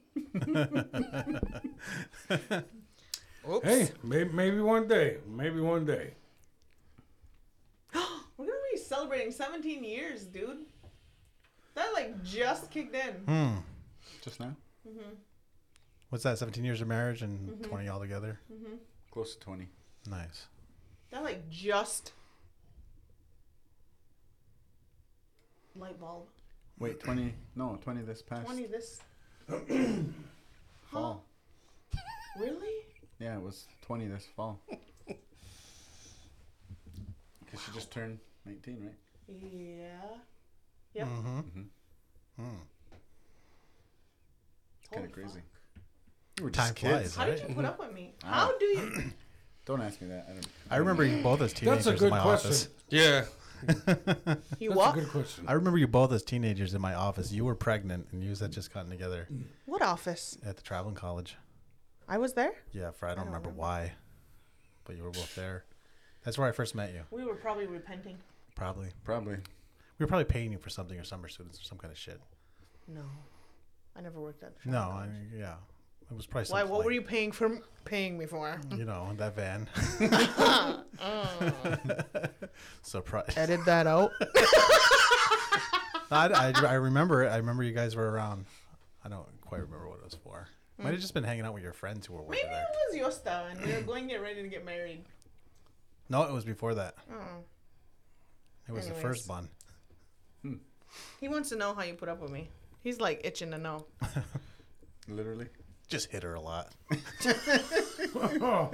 Oops.
Hey, maybe, maybe one day. Maybe one day.
We're gonna be celebrating 17 years, dude. That like just kicked in.
Just now.
What's that, 17 years of marriage and 20 altogether?
Close to 20.
Nice.
That like just light bulb.
Wait, 20. No, 20 this past
20 this
fall.
really?
Yeah, it was 20 this fall. Because she just turned 19, right?
Yeah. Yep.
Mm-hmm.
It's kind of crazy. We were
Time flies,
How
right?
did you put up with me? How do you?
Don't ask me that. I don't.
I remember you both as teenagers
That's a good
in my
question.
office.
Yeah.
You
That's
what?
a good question.
I remember you both as teenagers in my office. You were pregnant and you had just gotten together
What office?
at the traveling college.
I was there.
Yeah, for I don't, remember, why, but you were both there. That's where I first met you,
We were probably repenting.
probably.
Probably.
We were probably paying you for something or summer students or some kind of shit. Oh
No, I never worked at.
No, I yeah. It was probably
Why?
something
What were you
like,
paying for? Paying me for?
you know, that van. so pro-
Edit that out.
I, I, I remember it. I remember you guys were around. I don't quite remember what it was for. Might have just been hanging out with your friends who were
Maybe
working
it
there.
was your style, and we were going to get ready to get married.
No, it was before that. It was the
Mm. Anyways.
first bun.
He wants to know how you put up with me. He's like itching to know.
Literally.
Just hit her a lot.
Oh,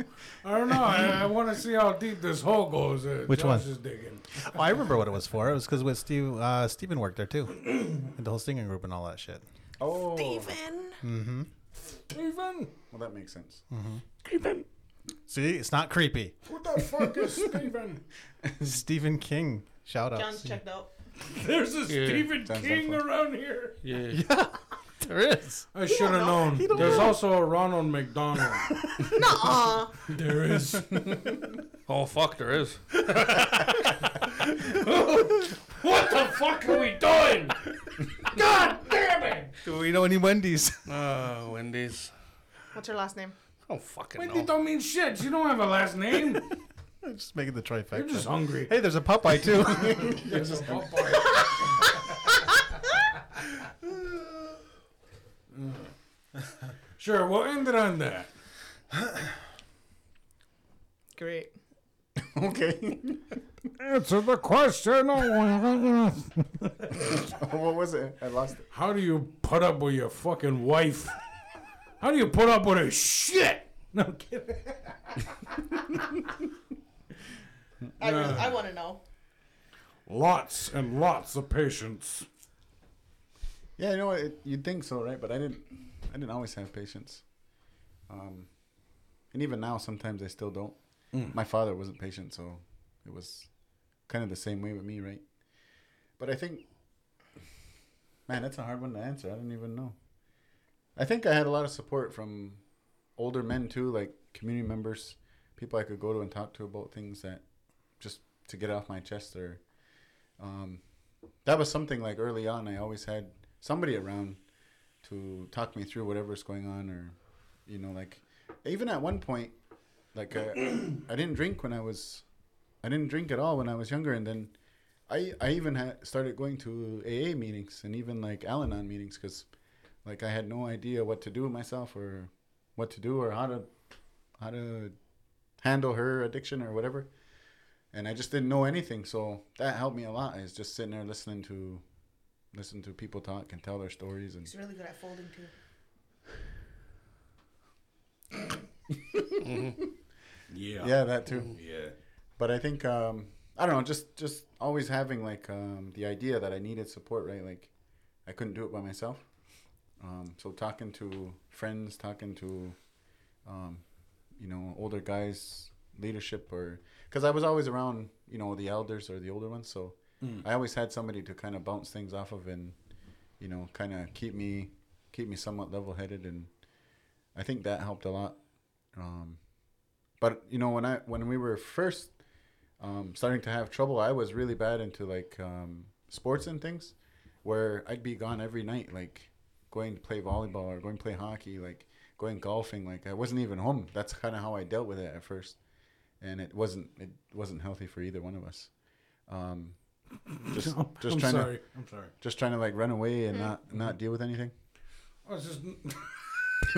I don't know. I, I want to see how deep this hole goes. Uh,
Which
Josh
one?
Is digging.
Oh, I remember what it was for. It was because with Steve, uh, Steven worked there too, and the whole singing group and all that shit.
Oh.
Steven.
Steven,
Well, that makes sense.
See, it's not creepy.
what the fuck is Steven?
Stephen King, shout out.
John's checked out.
There's a Stephen
Sounds
King
awful.
around here.
Yeah.
There is.
I should have
know.
known. There's also a Ronald McDonald.
Nuh-uh.
there is.
Oh, fuck, there is.
What the fuck are we doing? God damn it!
We know any Wendy's?
Oh, Wendy's.
What's her last name?
I don't fucking
Wendy
know.
don't mean shit. You don't have a last name.
Just making the trifecta.
You're just hungry.
Hey, there's a Popeye too.
There's a Popeye. sure, we'll end it on that.
Great.
Okay.
Answer the question. Oh,
what was it? I lost it.
How do you put up with your fucking wife? How do you put up with her shit? No I'm kidding.
I, really, I want to know.
Lots and lots of patience.
Yeah, you know what? It, you'd think so, right? But I didn't. I didn't always have patience. Um, and even now, sometimes I still don't. My father wasn't patient, so it was kind of the same way with me, right? But I think, man, that's a hard one to answer. I don't even know. I think I had a lot of support from older men too, like community members, people I could go to and talk to about things that just to get off my chest or um, that was something like early on i always had somebody around to talk me through whatever's going on or you know like even at one point like uh, i didn't drink when i was i didn't drink at all when i was younger and then i i even had started going to aa meetings and even like al-anon meetings because like i had no idea what to do with myself or what to do or how to how to handle her addiction or whatever and I just didn't know anything. So that helped me a lot. Is just sitting there listening to, listen to people talk and tell their stories and
He's really good at folding too.
Yeah.
yeah, that too.
Yeah.
But I think um, I don't know, just just always having like um, the idea that I needed support, right? Like I couldn't do it by myself. Um, so talking to friends, talking to um, you know older guys, leadership, or because I was always around you know the elders or the older ones, so I always had somebody to kind of bounce things off of and you know kind of keep me keep me somewhat level headed, and I think that helped a lot. Um, but you know when I when we were first um, starting to have trouble, I was really bad into like um, sports and things, where I'd be gone every night, like going to play volleyball or going to play hockey, like going golfing. Like I wasn't even home. That's kind of how I dealt with it at first, and it wasn't it wasn't healthy for either one of us. Um, just just
I'm
trying
sorry.
to
I'm sorry.
just trying to like run away
Mm.
and not not deal with anything.
I was just.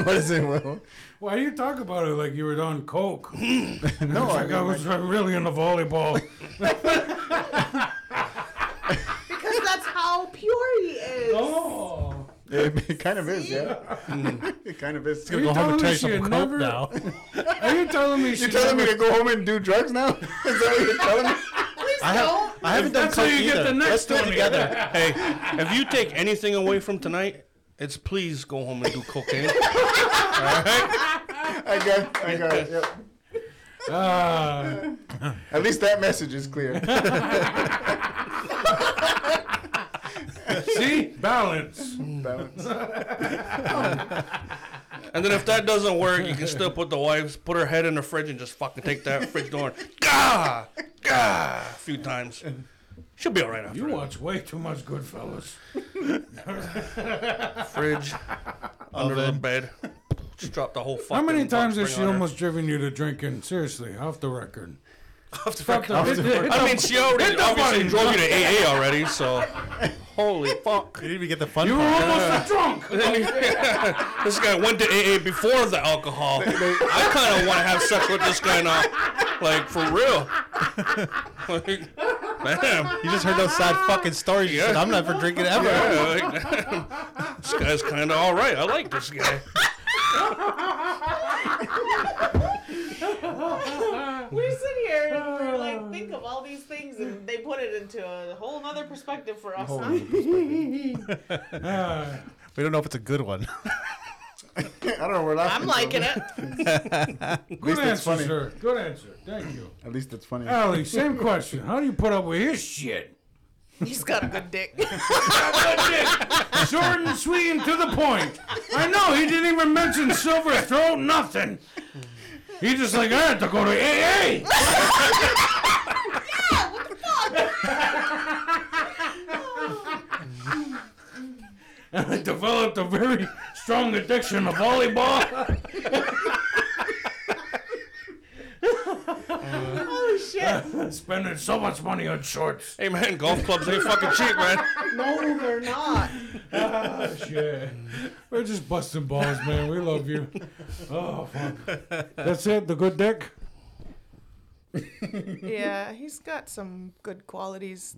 what is it? Will?
Why you talk about it like you were on coke?
no,
like I was really into volleyball.
Because that's how pure he is.
oh.
it, it kind of is, yeah. it kind of is.
Are you
Go home
telling
and try
me she
some coke
had never?
now.
Are you telling me she
You're telling me
never-
to go home and do drugs now? Is that what you're telling me?
Please
I,
don't.
have, I haven't done
That's how
coke
you get
either.
the next
Let's do it
one.
together.
Hey, if you take anything away from tonight, it's please go home and do cocaine.
I got, I got it. Yep.
Ah.
At least that message is clear.
see, balance.
Balance.
And then if that doesn't work, you can still put the wife's put her head in the fridge and just fucking take that fridge door and gah gah a few times. She'll be all right after
You
that.
watch way too much Goodfellas.
fridge under the
Oven.
bed. Just drop the whole fucking.
How many times has
box
she
spring on her.
almost driven you to drinking? Seriously, off the record.
Off the
Fuck
fucking-
the- hit
I
the-
mean, she already
Hit the
obviously
button.
drove you to AA already, so holy fuck.
You didn't even get the fun
you were
part.
almost drunk.
this guy went to AA before the alcohol. I kind of want to have sex with this guy now, like for real. Like, man,
You just heard those sad fucking stories. You said,
Yeah.
I'm never drinking ever.
Yeah, like, damn, this guy's kind of all right. I like this guy.
We sit here and we're like, think of all these things, and they put it into a whole nother perspective for us. Huh?
Ah,
We don't know if it's a good one.
I don't know. We're laughing.
I'm liking it.
good
least it's
answer,
funny.
sir. Good answer. Thank you.
At least it's funny.
Oh.
Allie, same question. How do you put up with his shit?
He's got a good dick.
Short and sweet and to the point. I know he didn't even mention silver throat, nothing. He just like I had to go to AA. And I developed a very strong addiction to volleyball.
Holy
spending so much money on shorts.
Hey man, golf clubs ain't fucking cheap, man.
No, they're not.
Ah, shit. We're just busting balls, man. We love you. Oh, fuck. That's it. The good dick.
Yeah, he's got some good qualities,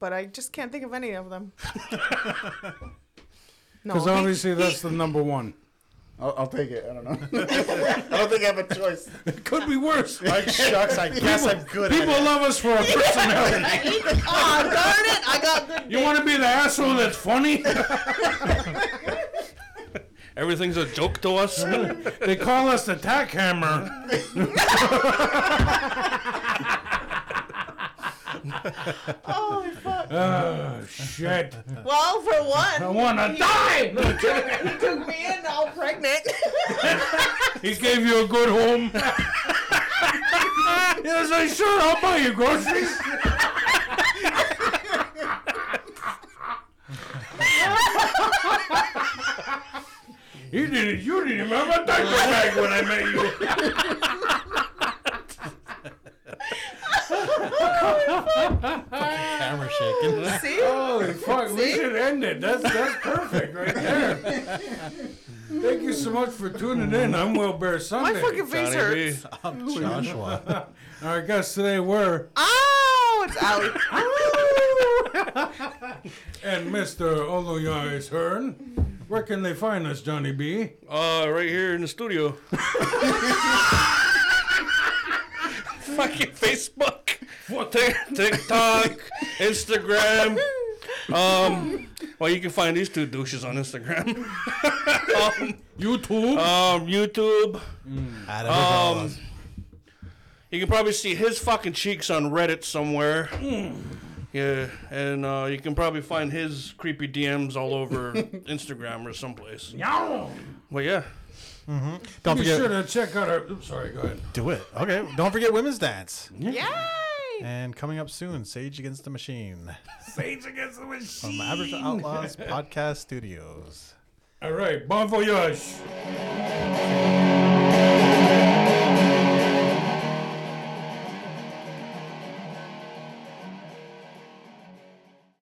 but I just can't think of any of them. no,
Because
he-
obviously
he-
that's the number one.
I'll, I'll take it. I don't know. I don't think I have a choice.
It could be worse.
Like shucks, I guess I'm good.
People love us for our personality.
Aw, Oh, darn it! I got good.
You want to be the asshole that's funny?
Everything's a joke to us.
They call us the tack hammer.
Holy fuck!
Oh, shit.
Well, for
I
one,
want to die. No, I'm kidding.
he took me in all pregnant.
He gave you a good home. yes, I sure. I'll buy you groceries. you didn't. You didn't even have a diaper bag when I met you.
camera shaking.
See?
Holy fuck! We should end it. That's that's perfect right there. Thank you so much for tuning in. I'm Will Bear
My
Sunday.
fucking face
Johnny B.
hurts.
I'm Joshua.
Our guests today were
Ow! Oh, It's Allie.
and Mr. Oloyais Hearn. Where can they find us, Johnny B?
Uh, right here in the studio. Fucking Facebook, Tik- TikTok, Instagram. Um, well, you can find these two douches on Instagram, um,
YouTube.
um, YouTube.
Adam um,
You can probably see his fucking cheeks on Reddit somewhere. Yeah, and uh, you can probably find his creepy DMs all over Instagram or someplace.
Yow!
Well, yeah.
Don't
Be
forget.
sure to check out our. Oops, sorry, go ahead.
Do it. Okay. Don't forget women's dance.
Yay!
And coming up soon, Sage Against the Machine
Sage against the
from
machine.
Average Outlaws Podcast Studios.
All right, bon voyage.